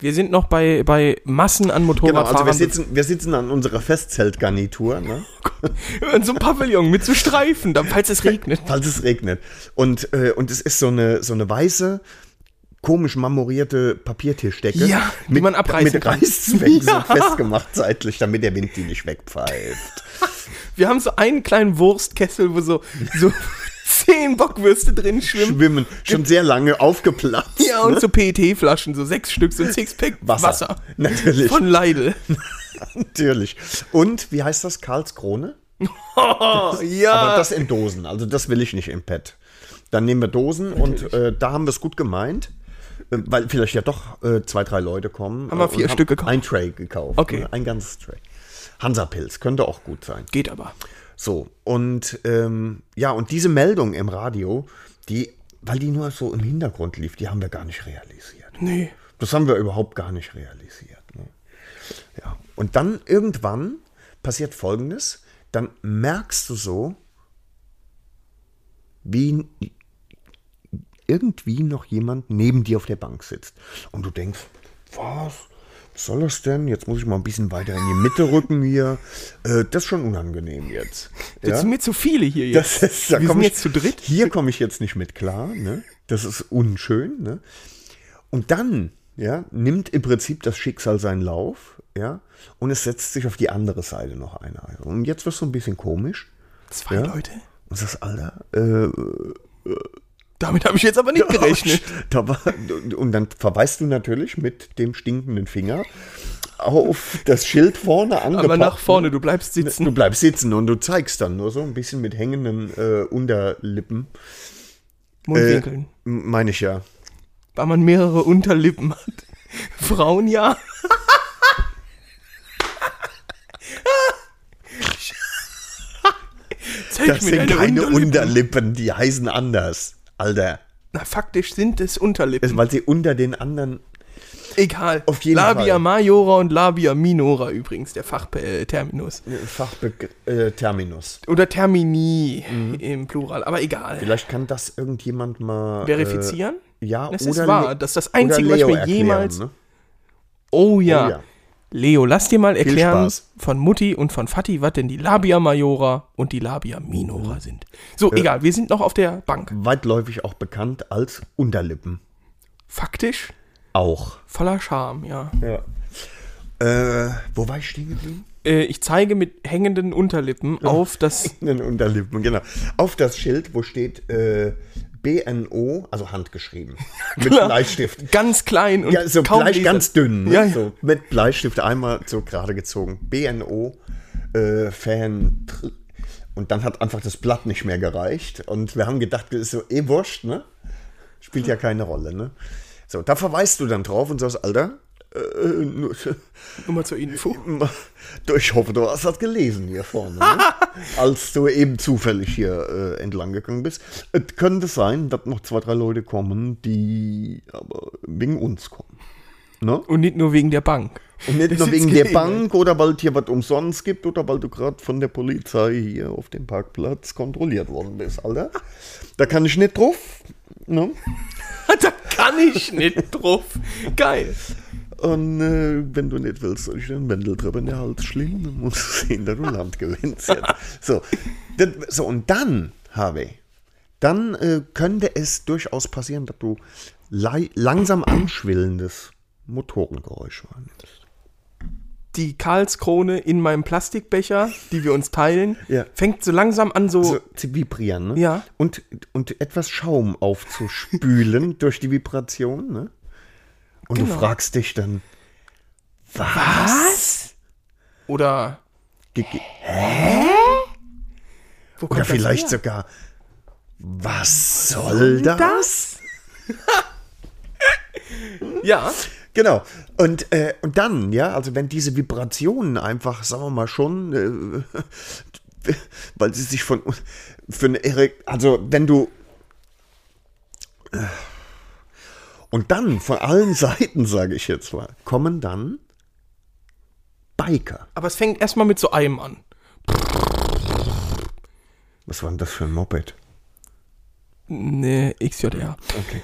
Wir sind noch bei, bei Massen an Genau, also Motorradfahrern. wir sitzen, wir sitzen an unserer Festzeltgarnitur, ne? in so einem Pavillon mit so Streifen, dann, falls es regnet. falls es regnet. Und, äh, und es ist so eine, so eine weiße, komisch marmorierte Papiertischdecke. Ja, die man abreißen Mit kann. Reißzwecken Ja. so festgemacht seitlich, damit der Wind die nicht wegpfeift. Wir haben so einen kleinen Wurstkessel, wo so, so zehn Bockwürste drin schwimmen. Schwimmen, schon sehr lange aufgeplatzt. ne? Ja, und so PET-Flaschen, so sechs Stück, so ein Sixpack Wasser. Natürlich. Von Leidel. Natürlich. Und, wie heißt das, Karlskrone? Oh, Aber ja. das in Dosen, also das will ich nicht im Pad. Dann nehmen wir Dosen und äh, da haben wir es gut gemeint, äh, weil vielleicht ja doch äh, zwei, drei Leute kommen. Haben wir äh, und vier Stück gekauft? Ein Tray gekauft. Okay. Ne? Ein ganzes Tray. Hansapilz könnte auch gut sein. Geht aber. So, und ähm, ja, und diese Meldung im Radio, die, weil die nur so im Hintergrund lief, die haben wir gar nicht realisiert. Nee. Das haben wir überhaupt gar nicht realisiert. Ne? Ja. Und dann irgendwann passiert Folgendes, dann merkst du so, wie n- irgendwie noch jemand neben dir auf der Bank sitzt. Und du denkst, was? Was soll das denn? Jetzt muss ich mal ein bisschen weiter in die Mitte rücken hier. Äh, das ist schon unangenehm jetzt. Das sind mir zu viele hier jetzt. Das ist, da Wir komm sind ich, jetzt zu dritt. Hier komme ich jetzt nicht mit klar. Ne? Das ist unschön. Ne? Und dann ja, nimmt im Prinzip das Schicksal seinen Lauf ja, und es setzt sich auf die andere Seite noch einer. Und jetzt wird es so ein bisschen komisch. Zwei Leute. Und sagst, Alter, äh, Damit habe ich jetzt aber nicht gerechnet. da war, und dann verweist du natürlich mit dem stinkenden Finger auf das Schild vorne angepasst. Aber nach vorne, du bleibst sitzen. Du bleibst sitzen und du zeigst dann nur so ein bisschen mit hängenden äh, Unterlippen. Mundwinkeln. M- Meine ich ja. Weil man mehrere Unterlippen hat. Frauen ja. Zeig Das mir sind deine keine Unterlippen. Unterlippen, die heißen anders. Alter. Na, faktisch sind es Unterlippen. Das, weil sie unter den anderen. Egal. auf jeden Labia Fall. majora und Labia minora übrigens, der Fachterminus. Fachbegriff. Äh, Terminus. Oder Termini im Plural, aber egal. Vielleicht kann das irgendjemand mal. Verifizieren? Äh, ja, Das oder ist wahr. Le- Das ist das oder Einzige, was ich Leo mir jemals- ne? Oh ja. Oh ja. Leo, lass dir mal erklären Spaß. von Mutti und von Fatti, was denn die Labia Majora und die Labia Mhm. Minora sind. So, egal, wir sind noch auf der Bank. Weitläufig auch bekannt als Unterlippen. Faktisch Auch. voller Charme, ja. Ja. Äh, wo war ich stehen geblieben? Äh, ich zeige mit hängenden Unterlippen auf das. In den Unterlippen, genau. Auf das Schild, wo steht äh, BNO, also handgeschrieben, mit Klar. Bleistift. Ganz klein und Ja, so kaum Bleist- lese- ganz dünn, ne? Ja, ja. so mit Bleistift einmal so gerade gezogen. BNO äh, Fan tr- und dann hat einfach das Blatt nicht mehr gereicht und wir haben gedacht, das ist so eh wurscht, ne? Spielt ja keine Rolle, ne? So, da verweist du dann drauf und sagst, Alter, äh, nur, Nur mal zur Info. Du, ich hoffe, du hast das gelesen hier vorne. Ne? Als du eben zufällig hier äh, entlang gegangen bist. Es könnte sein, dass noch zwei, drei Leute kommen, die aber wegen uns kommen. Ne? Und nicht nur wegen der Bank. Und nicht Das nur ist wegen der gegen- Bank oder weil hier was umsonst gibt oder weil du gerade von der Polizei hier auf dem Parkplatz kontrolliert worden bist, Alter. Da kann ich nicht drauf. Ne? da kann ich nicht drauf. Geil. Und äh, wenn du nicht willst, soll ich dir einen Wendeltreppe in den Hals schlingen, dann musst du sehen, dass du Land gewinnst. Jetzt. So. Das, so, und dann, Harvey, dann äh, könnte es durchaus passieren, dass du lei- langsam anschwillendes Motorengeräusch wahrnimmst. Die Karlskrone in meinem Plastikbecher, die wir uns teilen, Ja. fängt so langsam an, so. So, zu vibrieren, ne? Ja. Und, und etwas Schaum aufzuspülen durch die Vibration, ne? Und du Genau. fragst dich dann, was? was? Oder. Ge- ge- Wo Oder das vielleicht her? sogar, was soll das? das? ja. Genau. Und, äh, und dann, ja, also wenn diese Vibrationen einfach, sagen wir mal schon, äh, weil sie sich von, für eine, Erek- also wenn du, äh, und dann von allen Seiten, sage ich jetzt mal, kommen dann Biker. Aber es fängt erstmal mit so einem an. Was war denn das für ein Moped? Nee, XJR. Okay.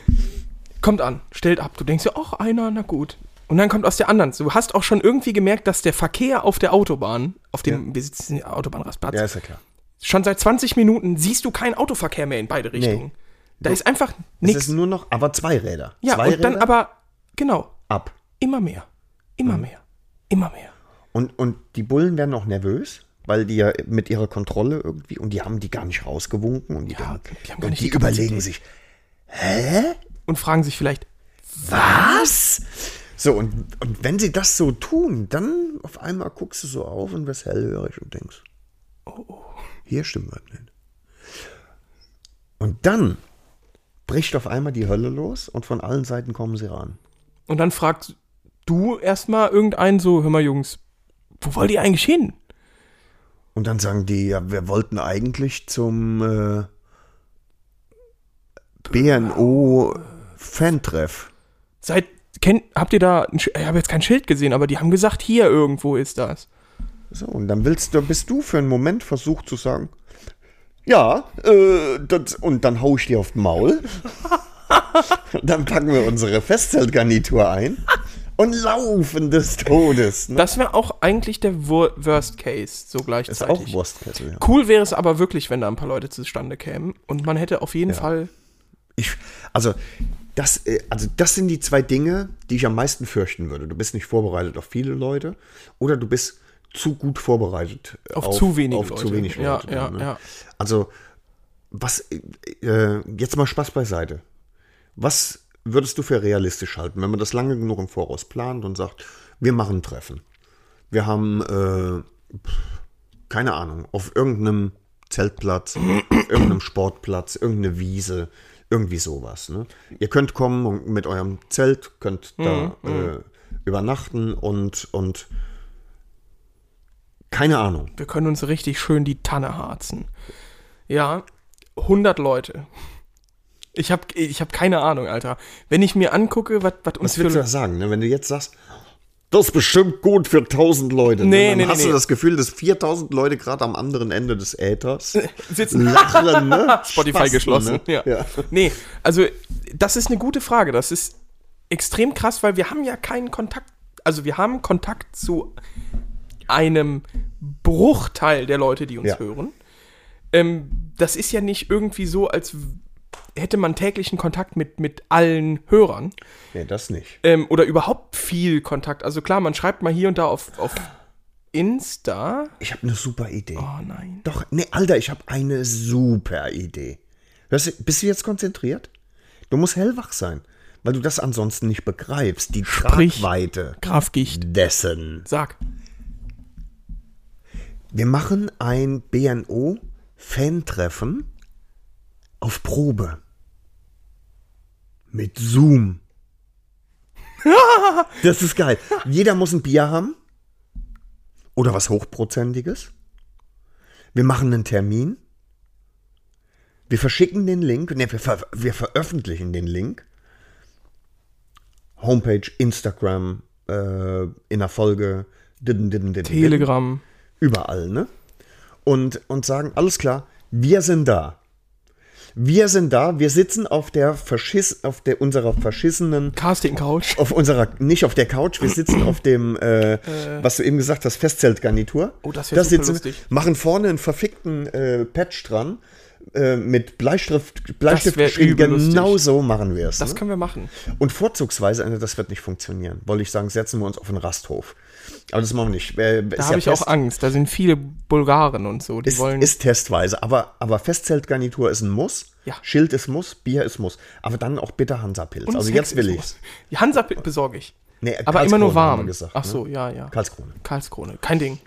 Kommt an, stellt ab. Du denkst ja, ach, einer, na gut. Und dann kommt aus der anderen. Du hast auch schon irgendwie gemerkt, dass der Verkehr auf der Autobahn, auf dem, wir sitzen ja Autobahnrastplatz, Ja, ist ja klar. schon seit 20 Minuten siehst du keinen Autoverkehr mehr in beide Richtungen. Da ist einfach Es nichts. ist nur noch, aber zwei Räder. Mhm. Ja, zwei und dann aber, genau, ab. immer mehr. Immer mehr. Immer mehr. Und, und die Bullen werden auch nervös, weil die ja mit ihrer Kontrolle irgendwie, und die haben die gar nicht rausgewunken und die, denken- die haben gar und nicht die, die Kapazität. überlegen sich, Und fragen sich vielleicht, was? So, und, und wenn sie das so tun, dann auf einmal guckst du so auf und wirst hellhörig und denkst, oh, hier stimmt was nicht. Und dann bricht auf einmal die Hölle los und von allen Seiten kommen sie ran. und dann fragst du erstmal irgendeinen so, hör mal Jungs, wo wollt ihr eigentlich hin? Und dann sagen die, ja, wir wollten eigentlich zum äh, BNO-Fantreff. Seid, kennt, habt ihr da, ein, Sch- ich habe jetzt kein Schild gesehen, aber die haben gesagt, hier irgendwo ist das. So, und dann willst du, bist du für einen Moment versucht zu sagen, ja, äh, das, und dann hau ich dir auf den Maul. dann packen wir unsere Festzeltgarnitur ein und laufen des Todes. Ne? Das wäre auch eigentlich der Wor Worst Case, so Das ist auch gleichzeitig. Wurstkessel. Ja. cool wäre es aber wirklich, wenn da ein paar Leute zustande kämen und man hätte auf jeden Fall Ich, also, das, äh, also das sind die zwei Dinge, die ich am meisten fürchten würde. Du bist nicht vorbereitet auf viele Leute oder du bist zu gut vorbereitet Auf zu wenig auf zu Leute. wenig Ja, Leute. ja, ja. Also, was, äh, äh, jetzt mal Spaß beiseite. Was würdest du für realistisch halten, wenn man das lange genug im Voraus plant und sagt, wir machen ein Treffen? Wir haben, äh, pf, keine Ahnung, auf irgendeinem Zeltplatz, irgendeinem Sportplatz, irgendeine Wiese, irgendwie sowas. Ne? Ihr könnt kommen und mit eurem Zelt, könnt da Mhm, äh, übernachten und, und keine Ahnung. wir können uns richtig schön die Tanne harzen. Ja, 100 Leute. Ich habe ich hab keine Ahnung, Alter. Wenn ich mir angucke, was was uns Was würdest du für... da sagen, ne? wenn du jetzt sagst, das ist bestimmt gut für 1000 Leute. Nee, ne? Dann nee, hast nee, du nee. das Gefühl, dass 4000 Leute gerade am anderen Ende des Äthers Sitzen. lachen. Ne? Spotify Spasten, geschlossen. Ne? Ja. Nee, also das ist eine gute Frage. Das ist extrem krass, weil wir haben ja keinen Kontakt. Also wir haben Kontakt zu einem Bruchteil der Leute, die uns Ja. hören. Ähm, das ist ja nicht irgendwie so, als w- hätte man täglichen Kontakt mit, mit allen Hörern Nee, das nicht. ähm, oder überhaupt viel Kontakt. Also klar, man schreibt mal hier und da auf, auf Insta. Ich habe eine super Idee. Oh nein. Doch, nee, Alter, ich habe eine super Idee. Hörst du, bist du jetzt konzentriert? Du musst hellwach sein, weil du das ansonsten nicht begreifst. Die Sprich. Tragweite Graf Gicht. dessen. Sag. Wir machen ein BNO-Fan-Treffen auf Probe. Mit Zoom. das ist geil. Jeder muss ein Bier haben. Oder was Hochprozentiges. Wir machen einen Termin. Wir verschicken den Link. Ne, wir, ver wir veröffentlichen den Link. Homepage, Instagram, äh, in der Folge. Didden, didden, didden, didden Telegram. überall, ne? Und, und sagen, alles klar, wir sind da. Wir sind da, wir sitzen auf der Faschiss, auf der unserer verschissenen, Casting Couch. auf unserer, nicht auf der Couch, wir sitzen auf dem, äh, was du eben gesagt hast, Festzeltgarnitur. Oh, das wär Da super sitzen- lustig. Machen vorne einen verfickten äh, Patch dran, äh, mit Bleistift, Bleistift wär geschrieben. übel lustig. Genau so machen wir es. Das ne? können wir machen. Und vorzugsweise, äh, das wird nicht funktionieren, wollte ich sagen, setzen wir uns auf einen Rasthof. Aber das machen wir nicht. Äh, ist Da ja habe ich Pest. auch Angst. Da sind viele Bulgaren und so. Die Ist, wollen. ist testweise, aber, aber Festzeltgarnitur ist ein Muss. Ja. Schild ist Muss, Bier ist Muss. Aber dann auch bitter Hansapilz. und Also Sex jetzt will ist ich's. los. Die Hansa pi- besorge ich. Nee, Aber Karlskrone immer nur haben wir warm. Gesagt, Ach ne? so, ja, ja. Karlskrone. Karlskrone. Kein Ding.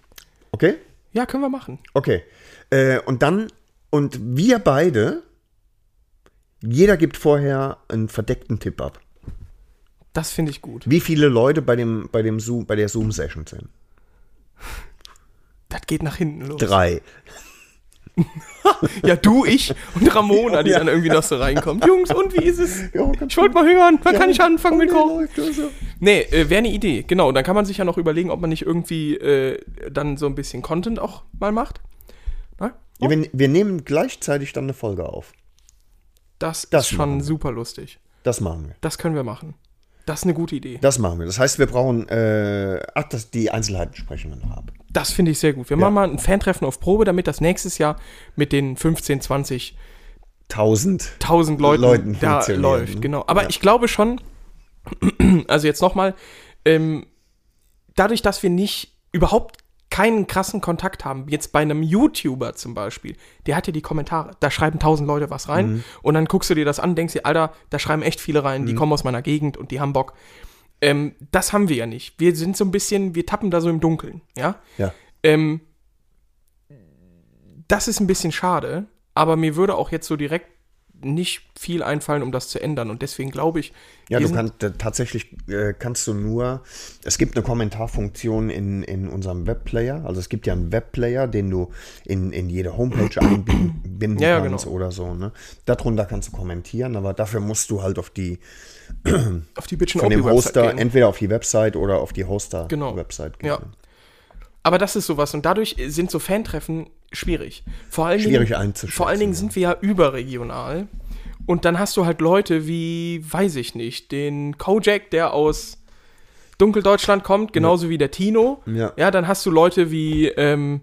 Okay? Ja, können wir machen. Okay. Äh, und dann, und wir beide, jeder gibt vorher einen verdeckten Tipp ab. Das finde ich gut. Wie viele Leute bei, dem, bei, dem Zoom, bei der Zoom-Session sind? Das geht nach hinten los. Drei. Ja, du, ich und Ramona, die dann irgendwie noch so reinkommt. Jungs, und wie ist es? Ja, ganz ich wollte mal hören, wann kann ich anfangen mit Nee, Kochen? läuft, also. Nee, äh, wäre eine Idee, genau. Dann kann man sich ja noch überlegen, ob man nicht irgendwie äh, dann so ein bisschen Content auch mal macht. Ne? Na? Ja, wir, wir nehmen gleichzeitig dann eine Folge auf. Das, Das ist schon machen wir. super lustig. Das machen wir. Das können wir machen. Das ist eine gute Idee. Das machen wir. Das heißt, wir brauchen. Äh, ach, das, die Einzelheiten sprechen wir noch ab. Das finde ich sehr gut. Wir machen mal ein Fantreffen auf Probe, damit das nächstes Jahr mit den 15, 20 1000. 1000 Leuten, Leuten da funktionieren, ne? läuft. Genau. Aber ich glaube schon, also jetzt nochmal, ähm, dadurch, dass wir nicht überhaupt keinen krassen Kontakt haben, jetzt bei einem YouTuber zum Beispiel, der hat ja die Kommentare, da schreiben tausend Leute was rein Mhm. und dann guckst du dir das an, denkst dir, Alter, da schreiben echt viele rein, die kommen aus meiner Gegend und die haben Bock. Ähm, das haben wir ja nicht. Wir sind so ein bisschen, wir tappen da so im Dunkeln, ja. Ja. Ähm, das ist ein bisschen schade, aber mir würde auch jetzt so direkt nicht viel einfallen, um das zu ändern. Und deswegen glaube ich, Ja, wir du sind- kannst äh, tatsächlich äh, kannst du nur. Es gibt eine Kommentarfunktion in, in unserem Webplayer. Also es gibt ja einen Webplayer, den du in, in jede Homepage einbinden Ja, ja, kannst genau. oder so. Ne? Darunter kannst du kommentieren, aber dafür musst du halt auf die auf die Bitchen von dem Obi-Website Hoster, gehen. entweder auf die Website oder auf die Hoster Genau. Website Ja. Aber das ist sowas. Und dadurch sind so Fantreffen schwierig. Vor allen Schwierig Dingen, einzuschätzen, Vor allen Dingen ja. sind wir ja überregional. Und dann hast du halt Leute wie, weiß ich nicht, den Kojak, der aus Dunkeldeutschland kommt, genauso wie der Tino. Ja. ja, dann hast du Leute wie ähm,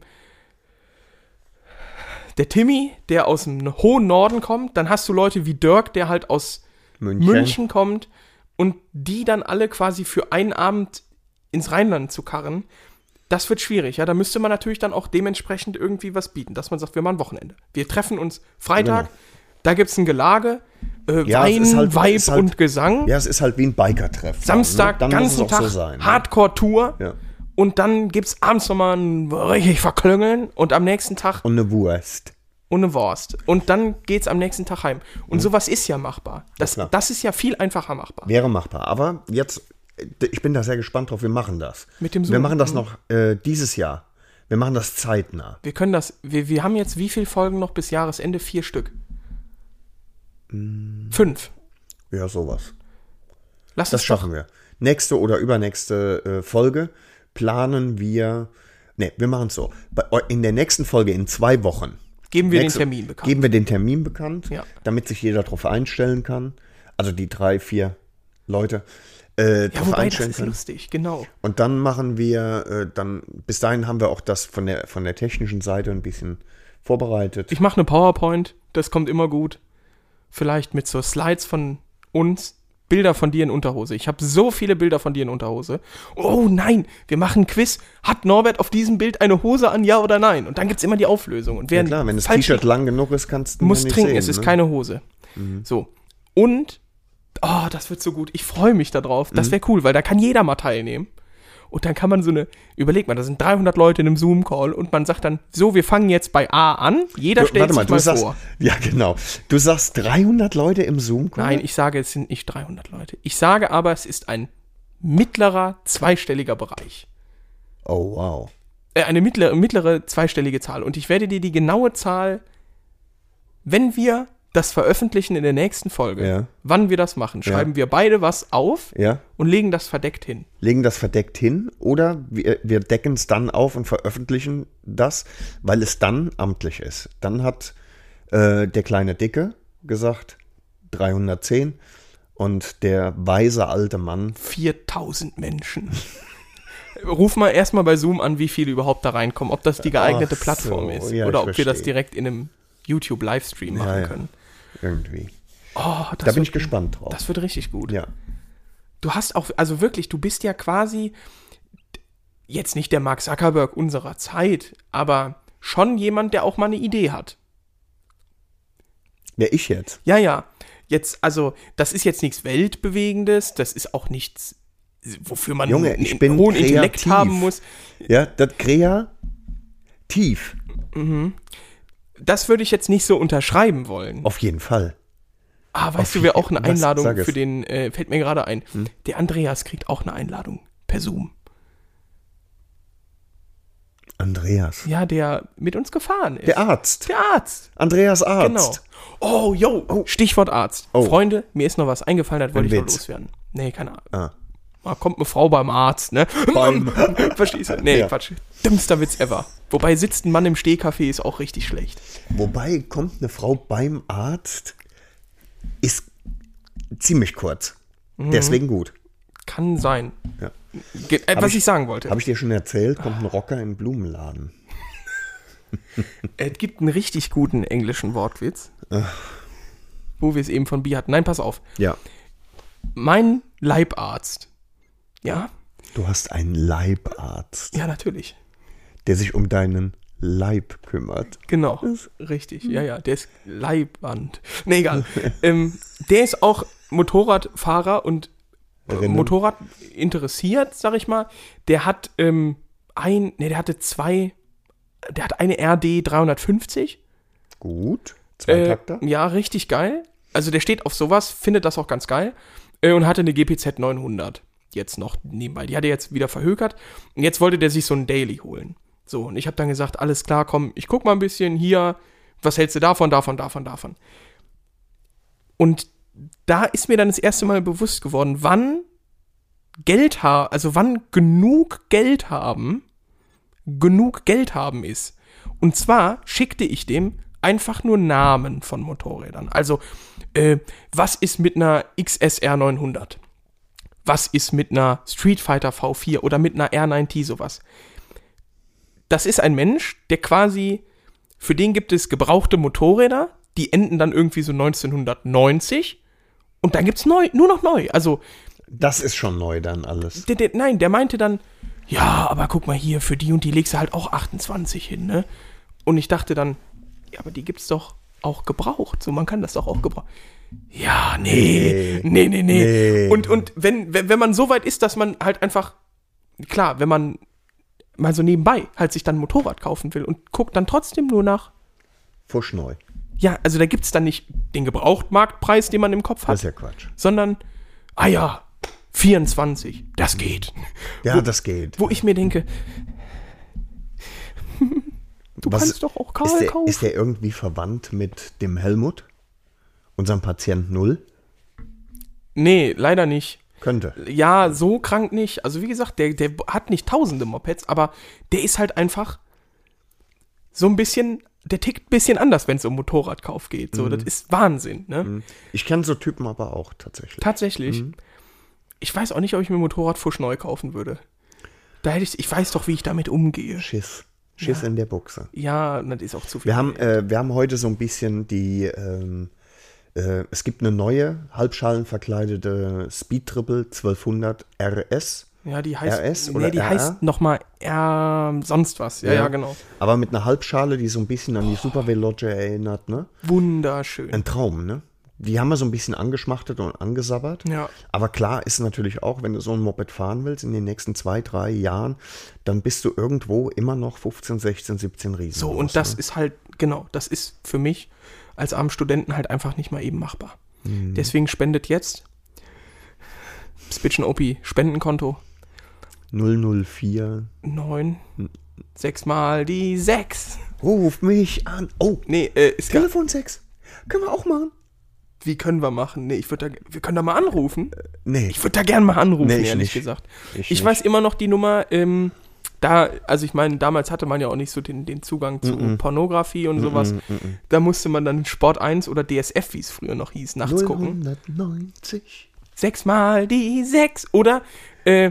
der Timmy, der aus dem hohen Norden kommt. Dann hast du Leute wie Dirk, der halt aus München. München kommt und die dann alle quasi für einen Abend ins Rheinland zu karren, das wird schwierig. Ja, da müsste man natürlich dann auch dementsprechend irgendwie was bieten, dass man sagt, wir machen Wochenende. Wir treffen uns Freitag, da gibt es ein Gelage, äh, Genau. Ja, es Wein, ist halt- Weib es ist halt- und Gesang. Ja, es ist halt wie ein Biker-Treff. Samstag, dann, ne? Dann muss es ganzen auch Tag so sein. ne? Hardcore-Tour. Ja. Und dann gibt's abends nochmal ein richtig verklüngeln und am nächsten Tag Und eine Wurst. ohne Wurst. Und dann geht's am nächsten Tag heim. Und sowas ist ja machbar. Das, Mhm. klar. das ist ja viel einfacher machbar. Wäre machbar. Aber jetzt, äh, ich bin da sehr gespannt drauf. Wir machen das. Mit dem Wir Zoom, Mhm. machen das noch äh, dieses Jahr. Wir machen das zeitnah. Wir können das, wir, wir haben jetzt wie viele Folgen noch bis Jahresende? Vier Stück. Fünf. Ja, sowas. Lass Mm. Das uns schaffen wir. Nächste oder übernächste äh, Folge planen wir. Ne, wir machen es so. Bei, oh, in der nächsten Folge in zwei Wochen geben wir Nächste- den Termin bekannt. Geben wir den Termin bekannt, Ja. damit sich jeder darauf einstellen kann. Also die drei, vier Leute äh, ja, darauf wobei, das einstellen ist können. lustig, genau. Und dann machen wir, äh, dann bis dahin haben wir auch das von der von der technischen Seite ein bisschen vorbereitet. Ich mache eine PowerPoint, das kommt immer gut. vielleicht mit so Slides von uns Bilder von dir in Unterhose. Ich habe so viele Bilder von dir in Unterhose. Oh nein, wir machen ein Quiz. Hat Norbert auf diesem Bild eine Hose an, ja oder nein? Und dann gibt es immer die Auflösung. Und wer Ja klar, wenn das falsch T-Shirt lang genug ist, kannst du muss nicht trinken, sehen, es ist ne? keine Hose. So. Und, oh, das wird so gut. Ich freue mich darauf. Mhm. Das wäre cool, weil da kann jeder mal teilnehmen. Und dann kann man so eine, überleg mal, da sind 300 Leute in einem Zoom-Call und man sagt dann, so, wir fangen jetzt bei A an. Jeder Du, stellt warte mal, sich du mal sagst, vor. ja genau, du sagst 300 Leute im Zoom -Call? Nein, ich sage, es sind nicht 300 Leute. Ich sage aber, es ist ein mittlerer, zweistelliger Bereich. Oh wow. Äh, eine mittlere, mittlere, zweistellige Zahl. Und ich werde dir die genaue Zahl, wenn wir das veröffentlichen in der nächsten Folge, Ja. wann wir das machen, schreiben wir beide was auf Ja. und legen das verdeckt hin. legen das verdeckt hin oder wir, wir decken es dann auf und veröffentlichen das, weil es dann amtlich ist. Dann hat äh, der kleine Dicke gesagt 310 und der weise alte Mann 4000 Menschen. Ruf mal erstmal bei Zoom an, wie viele überhaupt da reinkommen, ob das die geeignete Ach so, Plattform ist ja, oder ich ob wir das verstehe. direkt in einem YouTube-Livestream machen Ja, ja. können. irgendwie. Oh, das Da bin wird- ich gespannt drauf. Das wird richtig gut. ja, du hast auch, also wirklich, du bist ja quasi jetzt nicht der Mark Zuckerberg unserer Zeit, aber schon jemand, der auch mal eine Idee hat. ja, ich jetzt. Ja, ja. Jetzt, also, das ist jetzt nichts Weltbewegendes, das ist auch nichts, wofür man Junge, ich einen bin hohen kreativ. Intellekt haben muss. Ja, das kreativ. Das würde ich jetzt nicht so unterschreiben wollen. Auf jeden Fall. Ah, weißt du, wer auch eine Oh, was- Einladung sag es. Hm? für den, äh, fällt mir gerade ein. Der Andreas kriegt auch eine Einladung per Zoom. Andreas. Ja, der mit uns gefahren ist. Der Arzt. Der Arzt. Andreas Arzt. Genau. Oh, yo, Stichwort Arzt. Oh. Freunde, mir ist noch was eingefallen, das wollte ich noch Witz. loswerden. Nee, keine Ahnung. Ah. Mal kommt eine Frau beim Arzt, ne? Beim- Verstehst du? Nee, Ja. Quatsch. Dümmster Witz ever. Wobei sitzt ein Mann im Stehkaffee ist auch richtig schlecht. Wobei kommt eine Frau beim Arzt, ist ziemlich kurz. Mhm. Deswegen gut. Kann sein. Ja. Ge äh, was ich, ich- sagen wollte. Habe ich dir schon erzählt, kommt ein Rocker in den Blumenladen. Es gibt einen richtig guten englischen Wortwitz. Äh. Wo wir es eben von Bi hatten. Nein, pass auf. Ja. Mein Leibarzt. Ja? Du hast einen Leibarzt, Ja, natürlich. der sich um deinen Leib kümmert. Genau, richtig. Ja, ja, der ist Leibwand. Nee, egal. ähm, der ist auch Motorradfahrer und äh, Motorrad interessiert, sag ich mal. Der hat ähm, ein, nee, der hatte zwei, der hat eine RD 350. Gut. Äh, Zweitakter. ja, richtig geil. Also der steht auf sowas, findet das auch ganz geil äh, und hatte eine GPZ 900 jetzt noch nebenbei. Die hat er jetzt wieder verhökert und jetzt wollte der sich so ein Daily holen. So, und ich habe dann gesagt, alles klar, komm, ich guck mal ein bisschen hier, was hältst du davon, davon, davon, davon. Und da ist mir dann das erste Mal bewusst geworden, wann Geld haben, also wann genug Geld haben, genug Geld haben ist. Und zwar schickte ich dem einfach nur Namen von Motorrädern. Also, äh, was ist mit einer XSR 900? Was ist mit einer Street Fighter V4 oder mit einer R9T sowas? Das ist ein Mensch, der quasi, für den gibt es gebrauchte Motorräder, die enden dann irgendwie so 1990 und dann gibt es neu, nur noch neu. Also, Das ist schon neu dann alles. der, der, nein, der meinte dann, ja, aber guck mal hier, für die und die legst du halt auch 28 hin, ne? Und ich dachte dann, ja, aber die gibt's doch auch gebraucht. So, man kann das doch auch gebrauchen. Ja, nee, nee, nee, nee. Nee. Und, und wenn, wenn, wenn man so weit ist, dass man halt einfach, klar, wenn man mal so nebenbei halt sich dann ein Motorrad kaufen will und guckt dann trotzdem nur nach, Fusch neu. ja, also da gibt's dann nicht den Gebrauchtmarktpreis, den man im Kopf Das ist hat, ja Quatsch. sondern, ah ja, 24, das geht. Ja, das geht. Wo ich mir denke, du kannst doch auch Karl ist der, kaufen. Ist der irgendwie verwandt mit dem Helmut? Unserem Patient Null? nee, leider nicht. Könnte. Ja, so krank nicht. Also wie gesagt, der, der hat nicht tausende Mopeds, aber der ist halt einfach so ein bisschen, der tickt ein bisschen anders, wenn es um Motorradkauf geht. So, das ist Wahnsinn, ne? Ich kenne so Typen aber auch tatsächlich. Tatsächlich. Ich weiß auch nicht, ob ich mir Motorrad Fusch neu kaufen würde. Da hätte ich, ich weiß doch, wie ich damit umgehe. Schiss. Schiss in der Buchse. Ja, das ist auch zu viel. Wir haben, äh, wir haben heute so ein bisschen die, ähm, Äh, es gibt eine neue, halbschalenverkleidete Speed Triple 1200 RS. Ja, die heißt. RS nee, oder die RR? heißt nochmal R sonst was. Ja, ja, genau. Aber mit einer Halbschale, die so ein bisschen an die Super Veloce erinnert, ne? Wunderschön. Ein Traum, ne? Die haben wir so ein bisschen angeschmachtet und angesabbert. Ja. Aber klar ist natürlich auch, wenn du so ein Moped fahren willst in den nächsten zwei, drei Jahren, dann bist du irgendwo immer noch 15, 16, 17 Riesen. So, und das ist halt, genau, das ist für mich als armen Studenten halt einfach nicht mal eben machbar. Mhm. Deswegen spendet jetzt Spitchen OP Spendenkonto 004. 9, Hm. 6 mal die 6. Ruf mich an. Oh, Nee, äh, ist gar, Telefon 6. Können wir auch machen? wie können wir machen? Nee, ich würde da, wir können da mal anrufen. Nee. Ich würde da gern mal anrufen, Nee, ich ehrlich nicht. gesagt. Ich, Ich weiß immer noch die Nummer, ähm, da, also ich meine, damals hatte man ja auch nicht so den, den Zugang zu Pornografie und sowas. Da musste man dann Sport 1 oder DSF, wie es früher noch hieß, nachts gucken. 090. Sechsmal die sechs. Oder äh,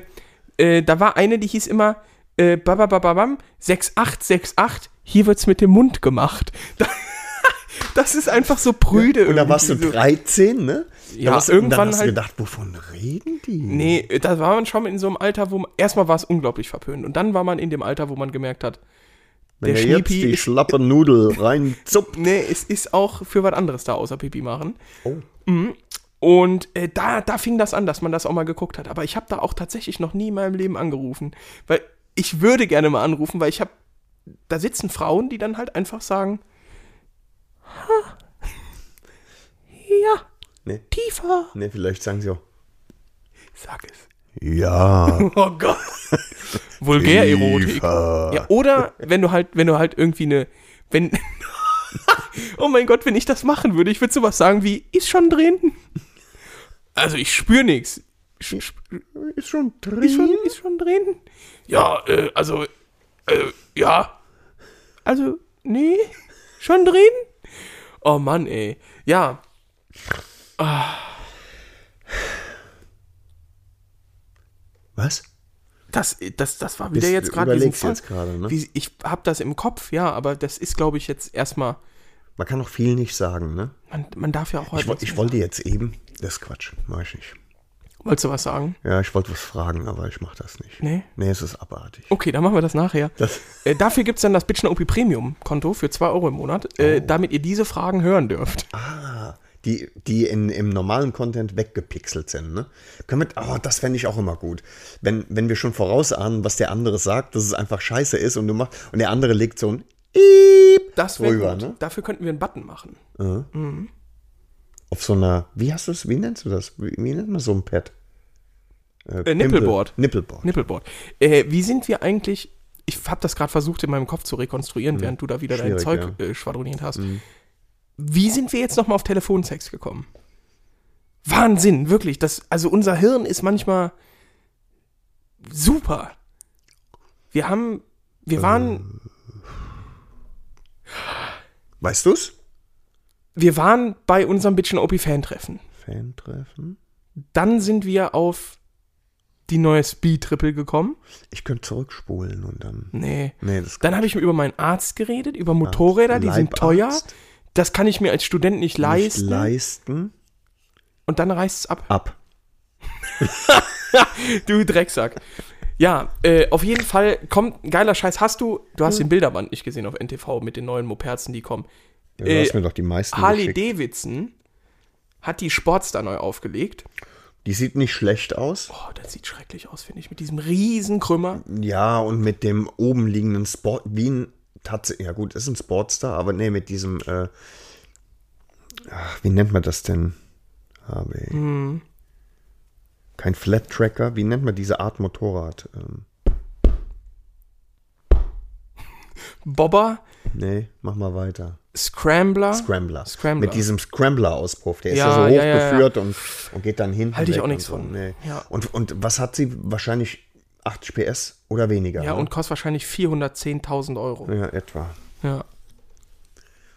äh, da war eine, die hieß immer äh, bababababam, 6868, hier wird's mit dem Mund gemacht. Da- Das ist einfach so prüde. Und da warst du irgendwie so. 13, ne? Ja, da warst du, irgendwann dann hast halt- du gedacht, wovon reden die? Nee, da war man schon in so einem Alter, wo man, erstmal war es unglaublich verpönt und dann war man in dem Alter, wo man gemerkt hat, Wenn der ihr jetzt Schniepi die ist- schlappe Nudel rein zupp. nee, es ist auch für was anderes da außer Pipi machen. Oh. Mhm. Und äh, da, da fing das an, dass man das auch mal geguckt hat. Aber ich habe da auch tatsächlich noch nie in meinem Leben angerufen. Weil ich würde gerne mal anrufen, weil ich habe, da sitzen Frauen, die dann halt einfach sagen, ha, ja, Nee. tiefer, Nee, vielleicht sagen sie auch. sag es. Ja. Oh Gott. Vulgärerotik. Ja, oder wenn du halt, wenn du halt irgendwie eine, wenn, oh mein Gott, wenn ich das machen würde, ich würde sowas sagen wie, ist schon drin. Also ich spüre nichts. Ist schon drin. Ist schon, ist schon drin. Ja, äh, also, äh, ja. Also, nee, schon drin. Oh Mann, ey. Ja, Was? das, das, das war wieder Bist- jetzt gerade diesen überlegst Fall. jetzt gerade, ne? Wie- Ich habe das im Kopf, ja, aber das ist, glaube ich, jetzt erstmal, Man kann noch viel nicht sagen, ne? man, man darf ja auch heute. Ich, wo- ich wollte jetzt eben. Das ist Quatsch. Mach ich nicht. Wolltest du was sagen? Ja, ich wollte was fragen, aber ich mach das nicht. Nee? Nee, es ist abartig. Okay, dann machen wir das nachher. Das- äh, dafür gibt es dann das Bitchner OP Premium Konto für 2 Euro im Monat, äh, damit ihr diese Fragen hören dürft. Oh. Ah, die, die in, im normalen Content weggepixelt sind, ne? Können wir, oh, das fände ich auch immer gut. Wenn, wenn wir schon vorausahnen, was der andere sagt, dass es einfach scheiße ist und du machst, und der andere legt so ein Iep Das wäre drüber, gut. ne? Dafür könnten wir einen Button machen. Auf so einer, wie hast du es, wie nennst du das? Wie, wie nennt man so ein Pad? Äh, Nippelboard. Nippelboard. Nippelboard. Äh, wie sind wir eigentlich? Ich habe das gerade versucht in meinem Kopf zu rekonstruieren, während du da wieder dein Schwierig, Zeug äh, schwadroniert hast. Wie sind wir jetzt nochmal auf Telefonsex gekommen? Wahnsinn, wirklich. Das, also unser Hirn ist manchmal super. Wir haben, wir waren, Weißt du's? wir waren bei unserem Bitchen OP-Fan-Treffen. Fan-Treffen. Dann sind wir auf die neue Speed-Triple gekommen. Ich könnte zurückspulen und dann. Nee. Nee, das Dann habe ich mir über meinen Arzt geredet, über Motorräder, die sind Leibarzt. teuer. Das kann ich mir als Student nicht nicht leisten. Ah. leisten. und dann reißt es ab. Ab. Du Drecksack. Ja, äh, auf jeden Fall kommt ein geiler Scheiß. Hast du, du hast den Bilderband nicht gesehen auf NTV mit den neuen Moperzen, die kommen. Ja, Äh, du hast mir doch die meisten Harley geschickt. Davidson hat die Sportster neu aufgelegt. Die sieht nicht schlecht aus. Oh, das sieht schrecklich aus, finde ich, mit diesem riesen Krümmer. Ja, und mit dem oben liegenden Sport, wie ein Tatze, ja gut, ist ein Sportster, aber nee, mit diesem, äh, ach, wie nennt man das denn? HB. Hm. Kein Flat Tracker, wie nennt man diese Art Motorrad? Ähm, Bobber, nee, mach mal weiter. Scrambler. Scrambler. Scrambler. Mit diesem Scrambler-Auspuff, der Ja, ist ja so ja, ja, ja. hochgeführt Und, und geht dann hinten. Halte ich weg auch nichts und so. von. Nee. Ja. Und, und was hat sie? Wahrscheinlich 80 PS oder weniger. ja, ne? und kostet wahrscheinlich 410.000 Euro. ja, etwa. Ja.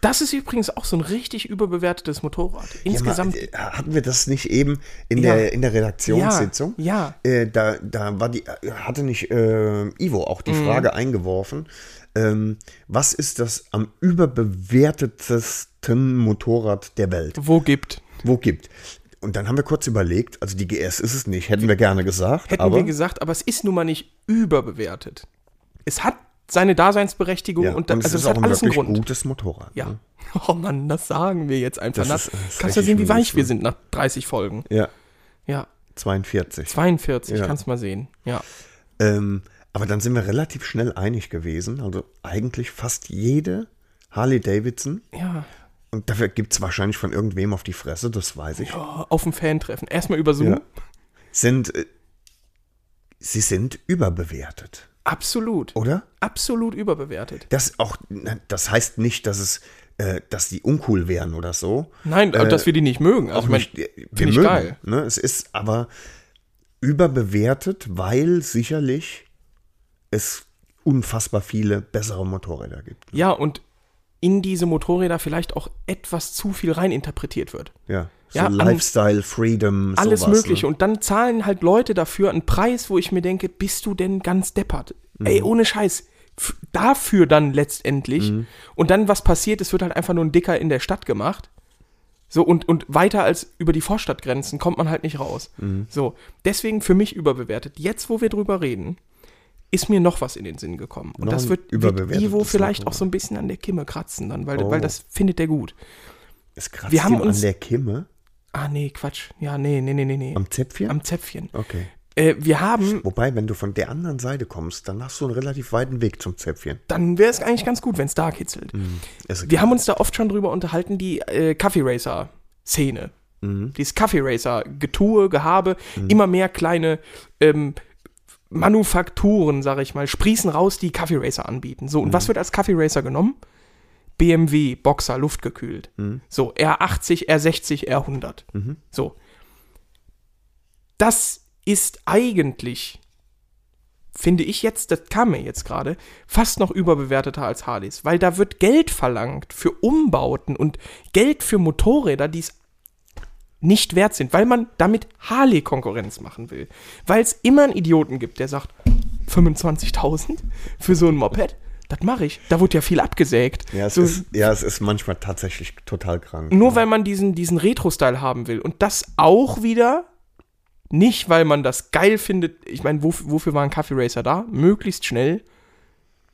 Das ist übrigens auch so ein richtig überbewertetes Motorrad. Ja, mal, Insgesamt. äh, hatten wir das nicht eben in Ja. der in der Redaktionssitzung? Ja, Äh, da, da war die, äh, hatte nicht äh, Ivo auch Mhm. die Frage eingeworfen, ähm, was ist das am überbewertetest besten Motorrad der Welt. Wo gibt? Wo gibt? Und dann haben wir kurz überlegt, also die GS ist es nicht, hätten wir gerne gesagt. Hätten aber wir gesagt, aber es ist nun mal nicht überbewertet. Es hat seine Daseinsberechtigung ja, und, da, also es es ist auch hat ein alles einen wirklich Grund. gutes Motorrad. Ja. Ne? Oh Mann, das sagen wir jetzt einfach. Das Na, ist- das ist kannst du richtig sehen, wie mies, weich wir ne? sind nach 30 Folgen. ja, Ja, 42. 42, Ja. kannst mal sehen. Ja. Ähm, aber dann sind wir relativ schnell einig gewesen. Also eigentlich fast jede Harley Davidson. Ja. Und dafür gibt es wahrscheinlich von irgendwem auf die Fresse, das weiß ich. Oh, auf dem Fan-Treffen. Erstmal über Zoom. Ja. Sind, äh, sie sind überbewertet, Absolut. oder? Absolut überbewertet. Das, auch, na, das heißt nicht, dass, es, äh, dass die uncool wären oder so. Nein, dass wir die nicht mögen. Also, Äh, auch ich mein, nicht, wir find ich mögen, geil. Ne? Es ist aber überbewertet, weil sicherlich es unfassbar viele bessere Motorräder gibt. Ja, und in diese Motorräder vielleicht auch etwas zu viel reininterpretiert wird. Ja, so Ja, an- Lifestyle, Freedom, Alles sowas, Mögliche. Ne? Und dann zahlen halt Leute dafür einen Preis, wo ich mir denke, bist du denn ganz deppert? Ey, Mhm. ohne Scheiß. F dafür dann letztendlich. Und dann, was passiert, es wird halt einfach nur ein Dicker in der Stadt gemacht. So, und, und weiter als über die Vorstadtgrenzen kommt man halt nicht raus. Mhm. So, deswegen für mich überbewertet. Jetzt, wo wir drüber reden, ist mir noch was in den Sinn gekommen. Und Noch das ein wird, wird überbewertetes Ivo vielleicht Motorrad. auch so ein bisschen an der Kimme kratzen dann, weil, Oh. weil das findet er gut. Es kratzt Wir haben ihm uns- an der Kimme, Ah, nee, Quatsch. Ja, nee, nee, nee, nee, nee. am Zäpfchen. Am Zäpfchen. okay. Äh, wir haben Wobei, wenn du von der anderen Seite kommst, dann hast du einen relativ weiten Weg zum Zäpfchen. dann wäre es eigentlich ganz gut, wenn es da kitzelt. Ist Wir egal. haben uns da oft schon drüber unterhalten, die äh, Kaffee Racer Szene. Dieses Kaffee Racer Getue, Gehabe, immer mehr kleine ähm, Manufakturen, sage ich mal, sprießen raus, die Kaffee Racer anbieten. So, und was wird als Kaffee Racer genommen? BMW, Boxer, luftgekühlt. So, R80, R60, R100. So. Das ist eigentlich finde ich jetzt, das kam mir jetzt gerade, fast noch überbewerteter als Harleys, weil da wird Geld verlangt für Umbauten und Geld für Motorräder, die es nicht wert sind, weil man damit Harley Konkurrenz machen will. Weil es immer einen Idioten gibt, der sagt, 25.000 für so ein Moped, das mache ich. Da wurde ja viel abgesägt. ja, es so, ist, ja, es ist manchmal tatsächlich total krank. nur weil man diesen, diesen Retro-Style haben will. Und das auch wieder nicht, weil man das geil findet. Ich meine, wof- wofür war ein Kaffee Racer da? Möglichst schnell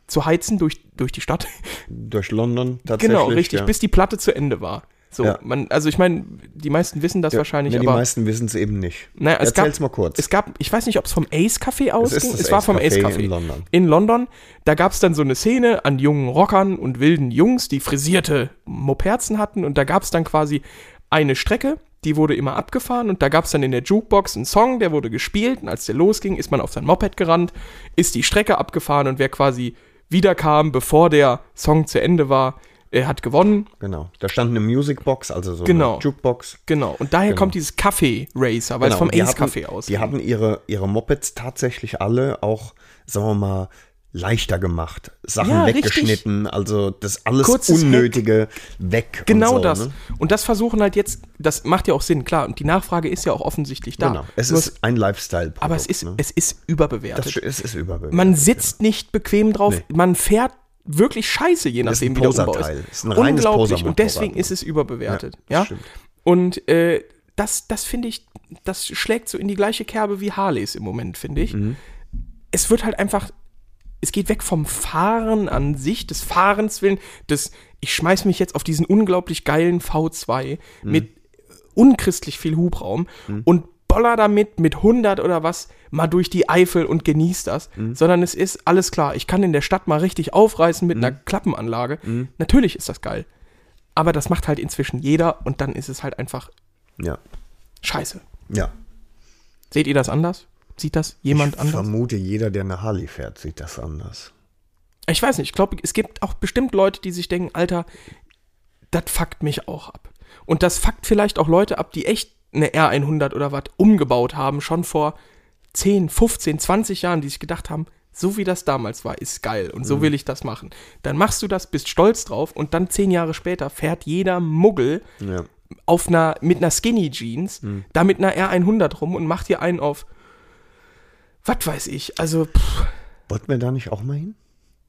zu heizen durch, durch die Stadt. Durch London tatsächlich. genau, richtig, Ja. bis die Platte zu Ende war. So, Ja. man, also ich meine, die meisten wissen das ja, wahrscheinlich, ne, Die aber meisten wissen es eben nicht. Naja, es gab- Erzähl's mal kurz. es gab, ich weiß nicht, ob es vom Ace Café ausging. ist das es war Ace vom Café Ace Café in London. In London, da gab es dann so eine Szene an jungen Rockern und wilden Jungs, die frisierte Moperzen hatten und da gab es dann quasi eine Strecke, die wurde immer abgefahren und da gab es dann in der Jukebox einen Song, der wurde gespielt und als der losging, ist man auf sein Moped gerannt, ist die Strecke abgefahren und wer quasi wiederkam, bevor der Song zu Ende war, er hat gewonnen. genau. Da stand eine Musicbox, also so Genau. eine Jukebox. Genau. Und daher kommt dieses Café Racer, weil es vom Genau, und die Ace hatten- Café aus. Die hatten ihre, ihre Mopeds tatsächlich alle auch, sagen wir mal, leichter gemacht. Sachen Ja, richtig. weggeschnitten, also das alles Kurzes Heck. Unnötige weg. Genau und so, das. Ne? Und das versuchen halt jetzt, das macht ja auch Sinn, klar. Und die Nachfrage ist ja auch offensichtlich da. Genau. Es Nur ist ein Lifestyle-Produkt. aber es ist, Ne? es ist Das, überbewertet. sch- es ist überbewertet. man sitzt nicht bequem drauf, man fährt wirklich scheiße, je Das ist nachdem, ein wie der Umbau ist. Poserteil. Ist ein reines Unglaublich. Posermotorrad, Und deswegen ne? ist es überbewertet. Ja, Ja. stimmt. Und äh, das, das finde ich, das schlägt so in die gleiche Kerbe wie Harleys im Moment, finde ich. Mhm. Es wird halt einfach, es geht weg vom Fahren an sich, des Fahrens willen, des, ich schmeiß mich jetzt auf diesen unglaublich geilen V2 Mhm. mit unchristlich viel Hubraum und boller damit mit 100 oder was mal durch die Eifel und genieß das, Mhm. sondern es ist alles klar, ich kann in der Stadt mal richtig aufreißen Mhm. mit einer Klappenanlage. Natürlich ist das geil. Aber das macht halt inzwischen jeder und dann ist es halt einfach Ja. scheiße. ja. Seht ihr das anders? Sieht das jemand ich anders? vermute, jeder, der eine Harley fährt, sieht das anders. Ich weiß nicht, ich glaube, es gibt auch bestimmt Leute, die sich denken, Alter, das fuckt mich auch ab. Und das fuckt vielleicht auch Leute ab, die echt eine R100 oder was umgebaut haben, schon vor 10, 15, 20 Jahren, die sich gedacht haben, so wie das damals war, ist geil und so will ich das machen. Dann machst du das, bist stolz drauf und dann zehn Jahre später fährt jeder Muggel Ja. auf einer, mit einer Skinny Jeans, Hm. da mit einer R100 rum und macht dir einen auf, was weiß ich, also, pff, Wollten wir da nicht auch mal hin?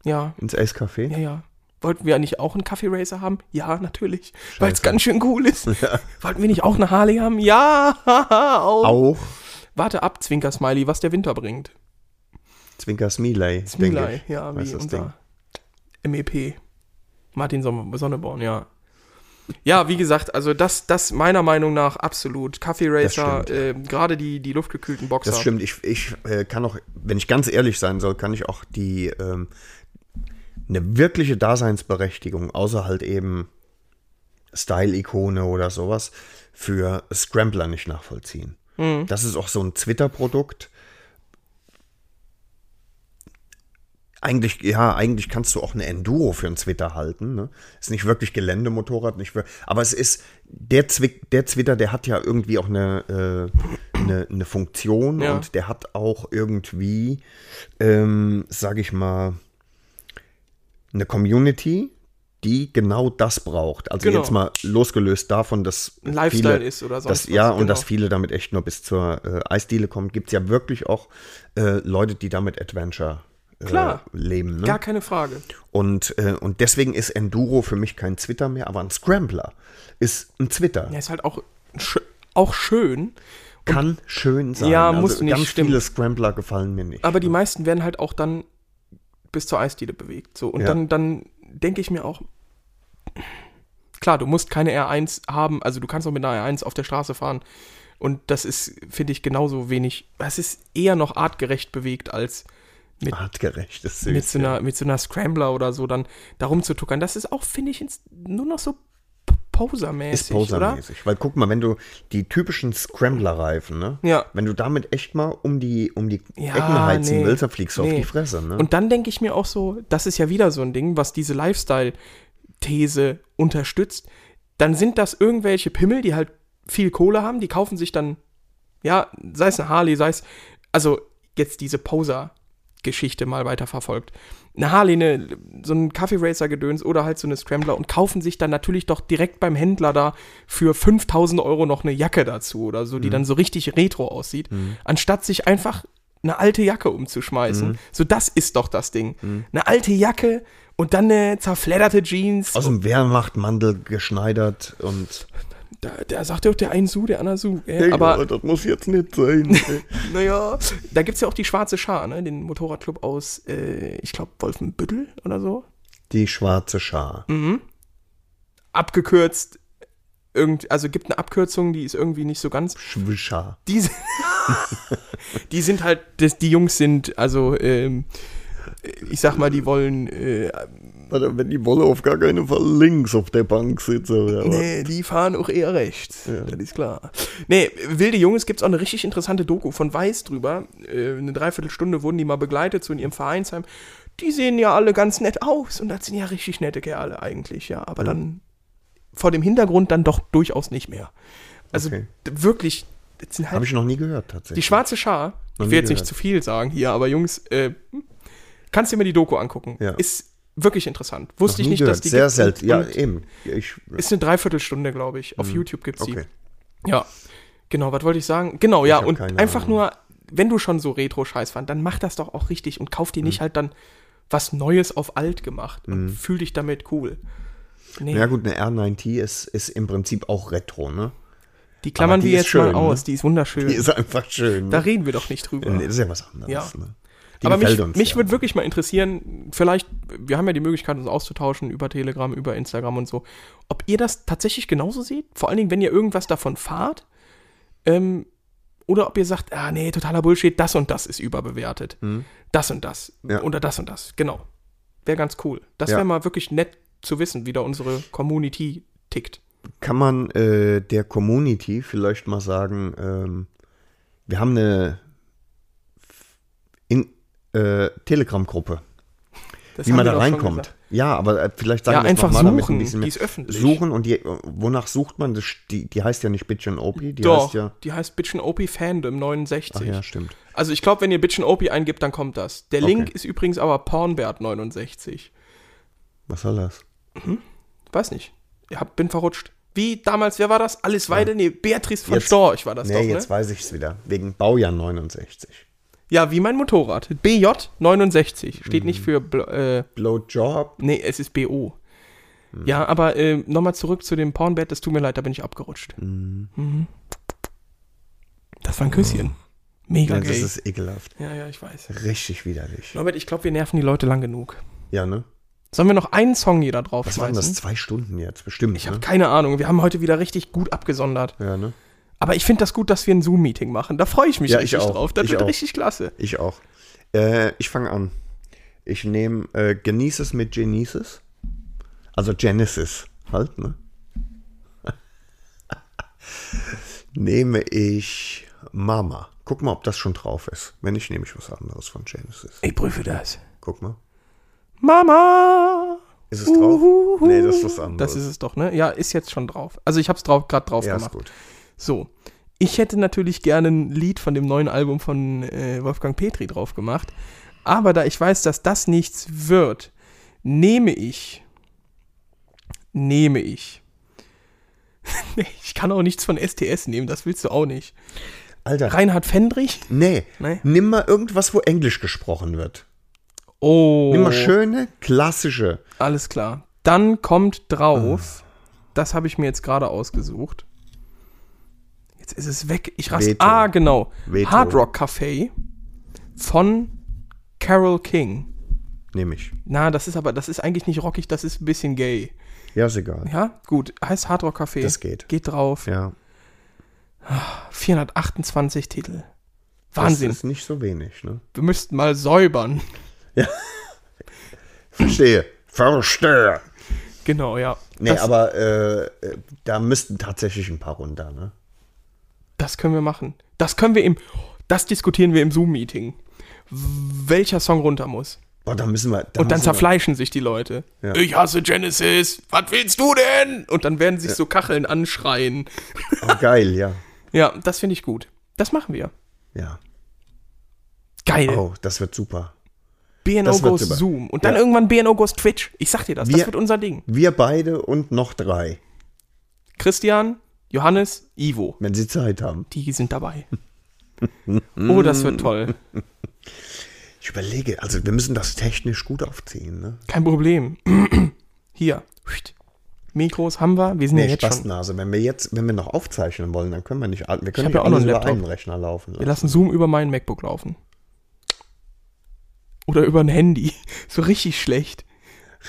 ja, Ins Ace Café? ja, ja. Wollten wir nicht auch einen Kaffee Racer haben? Ja, natürlich. Weil es ganz schön cool ist. Wollten wir nicht auch eine Harley haben? Ja, haha, auch. Auch Warte ab, Zwinker-Smiley, was der Winter bringt. Zwinker Smiley, denke Smiley, ich. ja, Was wie ist das Ding? unser MEP. Martin Son- Sonneborn, ja. Ja, wie gesagt, also das, das meiner Meinung nach absolut. Kaffee Racer, stimmt. äh, gerade die, die luftgekühlten Boxer. Das stimmt. Ich, ich äh, kann auch, wenn ich ganz ehrlich sein soll, kann ich auch die ähm, eine wirkliche Daseinsberechtigung, außer halt eben Style-Ikone oder sowas, für Scrambler nicht nachvollziehen. Mhm. Das ist auch so ein Twitter-Produkt. Eigentlich, ja, eigentlich kannst du auch eine Enduro für einen Zwitter halten. Ne? Ist nicht wirklich Geländemotorrad, nicht wir- aber es ist, der, Zwick, der Zwitter, der hat ja irgendwie auch eine, äh, eine, eine Funktion Ja. und der hat auch irgendwie, ähm, sag ich mal, eine Community, die genau das braucht. Also Genau. jetzt mal losgelöst davon, dass Ein Lifestyle ist oder sonst dass, Ja, was, und dass genau. viele damit echt nur bis zur äh, Eisdiele kommen. Gibt es ja wirklich auch äh, Leute, die damit Adventure äh, Klar. leben. Ne? Gar keine Frage. Und, äh, und deswegen ist Enduro für mich kein Zwitter mehr, aber ein Scrambler ist ein Zwitter. Ja, ist halt auch, sch auch schön, Kann schön sein. Also Ja, muss nicht, Ganz stimmt. viele Scrambler gefallen mir nicht. aber die meisten werden halt auch dann bis zur Eisdiele bewegt. So. Und Ja. dann, dann denke ich mir auch, klar, du musst keine R1 haben, also du kannst auch mit einer R1 auf der Straße fahren. Und das ist, finde ich, genauso wenig. Es ist eher noch artgerecht bewegt als Artgerecht ist mit süß. so, einer, mit so einer Scrambler oder so dann darum zu tuckern. Das ist auch, finde ich, ins, nur noch so p- Ist posermäßig, oder? posermäßig. Weil guck mal, wenn du die typischen Scrambler-Reifen, ne? Ja. Wenn du damit echt mal um die, um die Ja, Ecken heizen nee. willst, dann fliegst du Nee. auf die Fresse, ne? Und dann denke ich mir auch so, das ist ja wieder so ein Ding, was diese Lifestyle-These unterstützt. Dann sind das irgendwelche Pimmel, die halt viel Kohle haben, die kaufen sich dann, ja, sei es eine Harley, sei es, also jetzt diese Poser-Geschichte mal weiterverfolgt. Eine Harley, eine, so ein Kaffee Racer Gedöns oder halt so eine Scrambler und kaufen sich dann natürlich doch direkt beim Händler da für 5000 Euro noch eine Jacke dazu oder so, die dann so richtig retro aussieht, anstatt sich einfach eine alte Jacke umzuschmeißen. So, das ist doch das Ding. Eine alte Jacke und dann eine zerfledderte Jeans. Aus dem Wehrmachtmandel geschneidert und. Da, da sagt ja auch der einen Su, der andere Su. Äh, aber das muss jetzt nicht sein. naja, da gibt es ja auch die schwarze Schar, ne? den Motorradclub aus, äh, ich glaube, Wolfenbüttel oder so. die schwarze Schar. Abgekürzt, irgend, also gibt eine Abkürzung, die ist irgendwie nicht so ganz. Schwischar. Die sind, die sind halt, das, die Jungs sind, also ähm, ich sag mal, die wollen äh, Warte, wenn die Wolle auf gar keinen Fall links auf der Bank sitzt. Oder? was? Nee, die fahren auch eher rechts. Das ist klar. Nee, Wilde Jungs gibt's auch eine richtig interessante Doku von Weiß drüber. Äh, eine Dreiviertelstunde wurden die mal begleitet, so in ihrem Vereinsheim. Die sehen ja alle ganz nett aus und das sind ja richtig nette Kerle eigentlich, ja. Aber dann vor dem Hintergrund dann doch durchaus nicht mehr. Also Okay. d- wirklich, das sind halt Habe ich noch nie gehört, die tatsächlich. schwarze Schar, Noch ich nie will jetzt nicht gehört. zu viel sagen hier, aber Jungs, äh, kannst dir mal die Doku angucken. Ja. Ist wirklich interessant. Wusste ich nie nicht, gehört. dass die Sehr gibt und- selten. Ja, und- eben. Ich, ist eine Dreiviertelstunde, glaube ich. Auf YouTube gibt's Mhm. Okay. die. Ja. Genau, was wollte ich sagen? Genau, ja, hab und keine einfach Ahnung. nur, wenn du schon so Retro-Scheiß fand, dann mach das doch auch richtig und kauf dir Mhm. nicht halt dann was Neues auf alt gemacht und fühl dich damit cool. Nee, Ja gut, eine R9T ist, ist im Prinzip auch Retro, ne? die klammern aber die wir ist jetzt mal schön, ne? aus, die ist wunderschön. Die ist einfach schön. da Ne? reden wir doch nicht drüber. Nee, das ist ja was anderes. Ja. Ne? Die Aber mich, gefällt uns mich ja. würde wirklich mal interessieren, vielleicht, wir haben ja die Möglichkeit, uns auszutauschen über Telegram, über Instagram und so, ob ihr das tatsächlich genauso seht, vor allen Dingen, wenn ihr irgendwas davon fahrt, ähm, oder ob ihr sagt, ah nee, totaler Bullshit, das und das ist überbewertet. Das und das. Mhm. Ja. Oder das und das, genau. Wäre ganz cool. Das Ja. wäre mal wirklich nett zu wissen, wie da unsere Community tickt. kann man äh, der Community vielleicht mal sagen, ähm, wir haben eine F- in, äh, Telegram-Gruppe, Das wie haben man wir da doch schon reinkommt. gesagt. Ja, aber äh, vielleicht sagen Ja, wir einfach nochmal, damit suchen. ein bisschen Die mehr- ist öffentlich. Suchen und die, äh, wonach sucht man? Das, die, die heißt ja nicht Bitch and Opie, die Doch, heißt ja. die heißt Bitchin' Opie Fandom 69. Ach ja, stimmt. Also ich glaube, wenn ihr Bitchin' Opie eingibt, dann kommt das. Der Link Okay. ist übrigens aber Pornbert69. Was soll das? Weiß nicht. Ich hab, bin verrutscht. Wie damals, wer war das? Alice Weidel? Nee, Beatrice von Jetzt- Storch war das nee, doch, jetzt ne? weiß ich es wieder. Wegen Baujahr 69. Ja, wie mein Motorrad. BJ69. Steht Mhm. nicht für. Bl äh, Blowjob. nee, es ist BO. Mhm. Ja, aber äh, nochmal zurück zu dem Pornbett. Das tut mir leid, da bin ich abgerutscht. Mhm. Das war ein Küsschen. Mega Mhm. Ja, geil. das ist ekelhaft. ja, ja, ich weiß. Richtig widerlich. Norbert, ich glaube, wir nerven die Leute lang genug. Ja, ne? Sollen wir noch einen Song jeder drauf Was waren das? Zwei Stunden jetzt, bestimmt. Ich habe ne? keine Ahnung. Wir haben heute wieder richtig gut abgesondert. Ja, ne? Aber ich finde das gut, dass wir ein Zoom-Meeting machen. Da freue ich mich Ja, ich richtig auch. drauf. Das Ich wird auch. richtig klasse. Ich auch. Äh, ich fange an. Ich nehme äh, Genesis mit Genesis. Also Genesis halt, ne? nehme ich Mama. Guck mal, ob das schon drauf ist. Wenn nicht, nehme ich was anderes von Genesis. Ich prüfe das. Guck mal. Mama! Ist es drauf? Nee, das ist was anderes. Das ist es doch, ne? Ja, ist jetzt schon drauf. Also ich habe es drauf, gerade drauf ja, ist gemacht. gut. So. Ich hätte natürlich gerne ein Lied von dem neuen Album von äh, Wolfgang Petri drauf gemacht. Aber da ich weiß, dass das nichts wird, nehme ich. Nehme ich. Nee, ich kann auch nichts von STS nehmen, das willst du auch nicht. Alter, Reinhard Fendrich? nee. Nee. Nimm mal irgendwas, wo Englisch gesprochen wird. Oh. Nimm mal schöne, klassische. Alles klar. Dann kommt Ah. drauf. Das habe ich mir jetzt gerade ausgesucht. Jetzt ist es weg. Ich raste. Veto. Ah, genau. Veto. Hard Rock Café von Carol King. Nehme ich. Na, das ist aber, das ist eigentlich nicht rockig, das ist ein bisschen gay. Ja, ist egal. Ja, gut. Heißt Hard Rock Café. Das geht. Geht drauf. Ja. 428 Titel. Das Wahnsinn. ist nicht so wenig, ne? Wir müssten mal säubern. Verstehe. Verstehe. Genau, ja. Nee, das, aber äh, äh, da müssten tatsächlich ein paar runter, ne? Das können wir machen. Das können wir im. Das diskutieren wir im Zoom-Meeting. Welcher Song runter muss. Boah, da müssen wir. Da Und dann müssen wir, zerfleischen sich die Leute. Ja. Ich hasse Genesis. Was willst du denn? Und dann werden sich so Kacheln anschreien. oh, Geil, ja. Ja, das finde ich gut. Das machen wir. Ja. Geil. Oh, das wird super. BNO das wird goes super. Zoom. Und Ja. dann irgendwann BNO goes Twitch. Ich sag dir das. Wir- das wird unser Ding. Wir beide und noch drei, Christian, Johannes, Ivo. wenn sie Zeit haben. Die sind dabei. oh, das wird toll. Ich überlege, also wir müssen das technisch gut aufziehen, ne? Kein Problem. Hier. Mikros haben wir. Wir sind ja Nee, jetzt schon. Spaßnase. Wenn wir jetzt, wenn wir noch aufzeichnen wollen, dann können wir nicht, all- wir können hab nicht ja auch noch alles einen über Laptop. einen Rechner laufen. ne? Wir lassen. lassen Zoom über mein MacBook laufen. Oder über ein Handy. So richtig schlecht.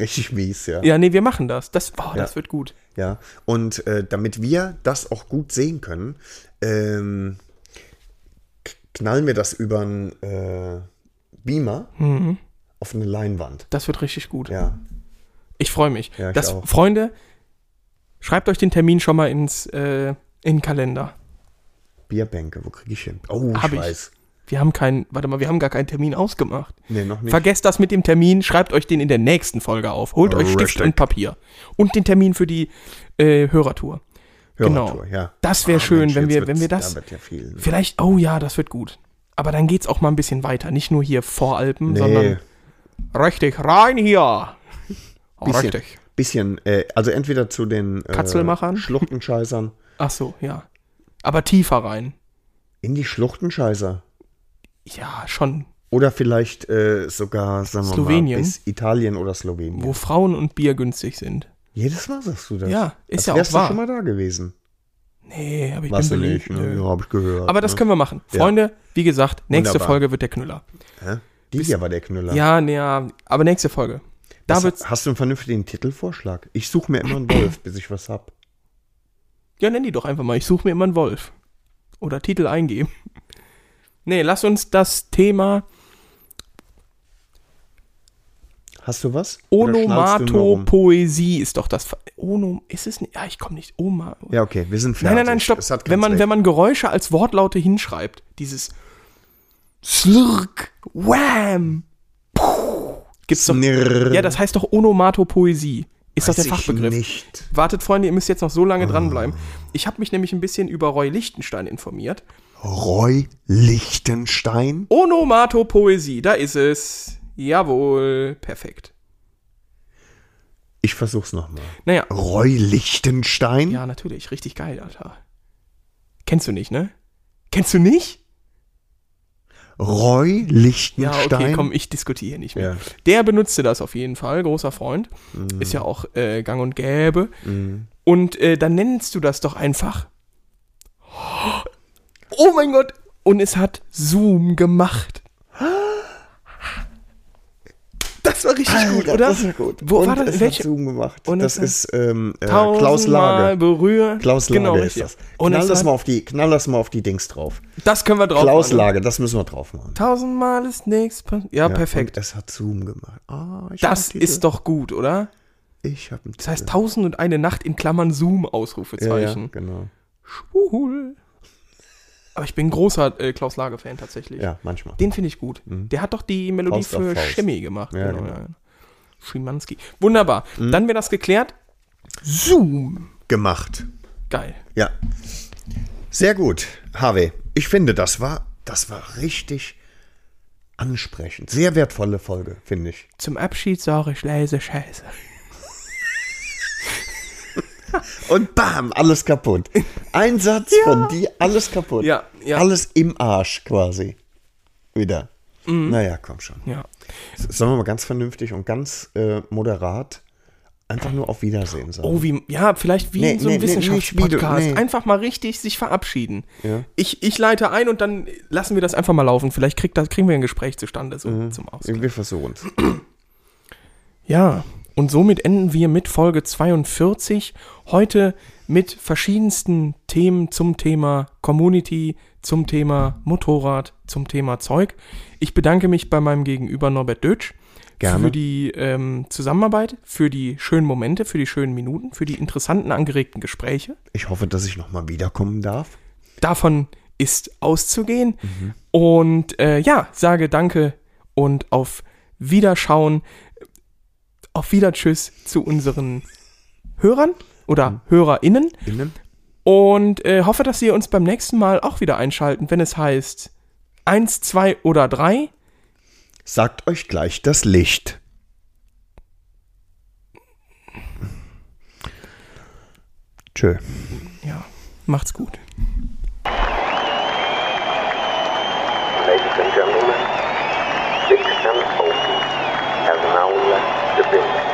Richtig mies, ja. Ja, nee, wir machen das. Das, boah, das wird gut. Ja, und äh, damit wir das auch gut sehen können, ähm, k- knallen wir das über einen äh, Beamer Mhm. auf eine Leinwand. Das wird richtig gut. Ja, Ich freue mich. Ja, ich das, auch. Freunde, schreibt euch den Termin schon mal ins, äh, in den Kalender. Bierbänke, wo kriege ich hin? Oh, ich Hab ich. weiß. Wir haben keinen, warte mal, wir haben gar keinen Termin ausgemacht. Nee, noch nicht. Vergesst das mit dem Termin, schreibt euch den in der nächsten Folge auf. Holt euch Stift Richtig. und Papier. Und den Termin für die äh, Hörertour. Hörertour, genau. ja. Das wäre Ah, schön, Mensch, wenn jetzt wir, wenn wird's- wir das. Da wird ja viel. ne? Vielleicht, oh ja, das wird gut. Aber dann geht's auch mal ein bisschen weiter. Nicht nur hier Voralpen, Nee, sondern richtig rein hier. bisschen, Richtig. bisschen äh, also entweder zu den äh, Katzelmachern? Schluchtenscheißern. Ach so, ja. Aber tiefer rein. In die Schluchtenscheißer. Ja, schon. Oder vielleicht äh, sogar, sagen wir Slowenien? mal, bis Italien oder Slowenien. Wo Frauen und Bier günstig sind. Jedes Mal sagst du das. Ja, ist Als ja auch wärst wahr. Du schon mal da gewesen. Nee, aber ich Warst du bin nicht? beliebt. Ne? nö. Ja, hab ich gehört. Aber das ne? können wir machen. Freunde, wie gesagt, nächste Wunderbar. Folge wird der Knüller. Hä? Die hier war der Knüller. Ja, nee, ja, aber nächste Folge. Da was, wird's. hast du einen vernünftigen Titelvorschlag? Ich suche mir immer einen Wolf, bis ich was hab. Ja, nenn die doch einfach mal. Ich suche mir immer einen Wolf. Oder Titel eingeben. Nee, lass uns das Thema Hast du was? Oder schnallst du nur rum? Onomatopoesie ist doch das. Ver- Ono, ist es nicht? Ja, ich komme nicht. Oma. Ja, okay, wir sind nein, fertig. nein, nein, stopp. Es hat Wenn man, ganz wenn recht. man Geräusche als Wortlaute hinschreibt, dieses Slurk, Wham, Puh, gibt's doch. Snirr. Ja, das heißt doch Onomatopoesie. Ist Weiß doch der ich Fachbegriff. nicht. Ah. Wartet, Freunde, ihr müsst jetzt noch so lange dranbleiben. Ich habe mich nämlich ein bisschen über Roy Lichtenstein informiert. Roy Lichtenstein? Onomatopoesie, da ist es. Jawohl, perfekt. Ich versuch's nochmal. Naja, Roy Lichtenstein? Ja, natürlich. Richtig geil, Alter. Kennst du nicht, ne? Kennst du nicht? Roy Ja, Lichtenstein. okay, komm, ich diskutiere nicht mehr. Ja. Mhm. Der benutzte das auf jeden Fall, großer Freund. Ist ja auch äh, gang und gäbe. Und äh, dann nennst du das doch einfach. Oh mein Gott! Und es hat Zoom gemacht. Das war richtig gut, oder? Das ist gut. Wo und war das? es Welche? hat Zoom gemacht. Und das es ist ähm, äh, Tausendmal Klaus Lage. berühren. Klaus Lage Genau, ist richtig. das. Und Knall es das, hat- mal auf die, knall das mal auf die Dings drauf. Das können wir drauf Klaus machen. Lage, das müssen wir drauf machen. Tausendmal ist nichts. pass- Ja, Ja, perfekt. Und es hat Zoom gemacht. Ah, ich Das hab einen Titel. ist doch gut, oder? Ich habe einen Das heißt Tausend und eine Nacht in Klammern Zoom ja, ja, Ausrufezeichen. genau. Schwul. Aber ich bin großer äh, Klaus Lage Fan tatsächlich. Ja, manchmal. Den finde ich gut. Der hat doch die Melodie Faust auf für Faust. Schemmi gemacht. Ja, genau. Mhm. ja. Schimanski. Wunderbar. Dann wäre das geklärt. Zoom. Gemacht. Geil. Ja. Sehr gut, Harvey. Ich finde, das war, das war richtig ansprechend. Sehr wertvolle Folge, finde ich. Zum Abschied sage ich leise Scheiße. Und bam, alles kaputt. Ein Satz von dir, alles kaputt. Ja, ja. Alles im Arsch quasi. Wieder. Mhm. Naja, komm schon. Ja. Sollen wir mal ganz vernünftig und ganz äh, moderat einfach nur auf Wiedersehen sagen. Oh, wie, ja, vielleicht wie Nee, in so nee, einem nee, nicht Wissenschaftspodcast. wie du- nee. Einfach mal richtig sich verabschieden. Ja. Ich, ich leite ein und dann lassen wir das einfach mal laufen. Vielleicht kriegt das, kriegen wir ein Gespräch zustande so Mhm. zum Ausgleich. Wir versuchen es. Ja, und somit enden wir mit Folge 42. Heute mit verschiedensten Themen zum Thema Community, zum Thema Motorrad, zum Thema Zeug. Ich bedanke mich bei meinem Gegenüber Norbert Dötsch Gerne. für die ähm, Zusammenarbeit, für die schönen Momente, für die schönen Minuten, für die interessanten, angeregten Gespräche. Ich hoffe, dass ich nochmal wiederkommen darf. Davon ist auszugehen. Und äh, ja, sage danke und auf Wiederschauen, auf Wiedertschüss zu unseren Hörern oder HörerInnen Innen. und äh, hoffe, dass ihr uns beim nächsten Mal auch wieder einschalten, wenn es heißt 1, 2 oder 3. Sagt euch gleich das Licht. Tschö. Ja, macht's gut. Ladies and gentlemen, Dixon Opie has now left the building.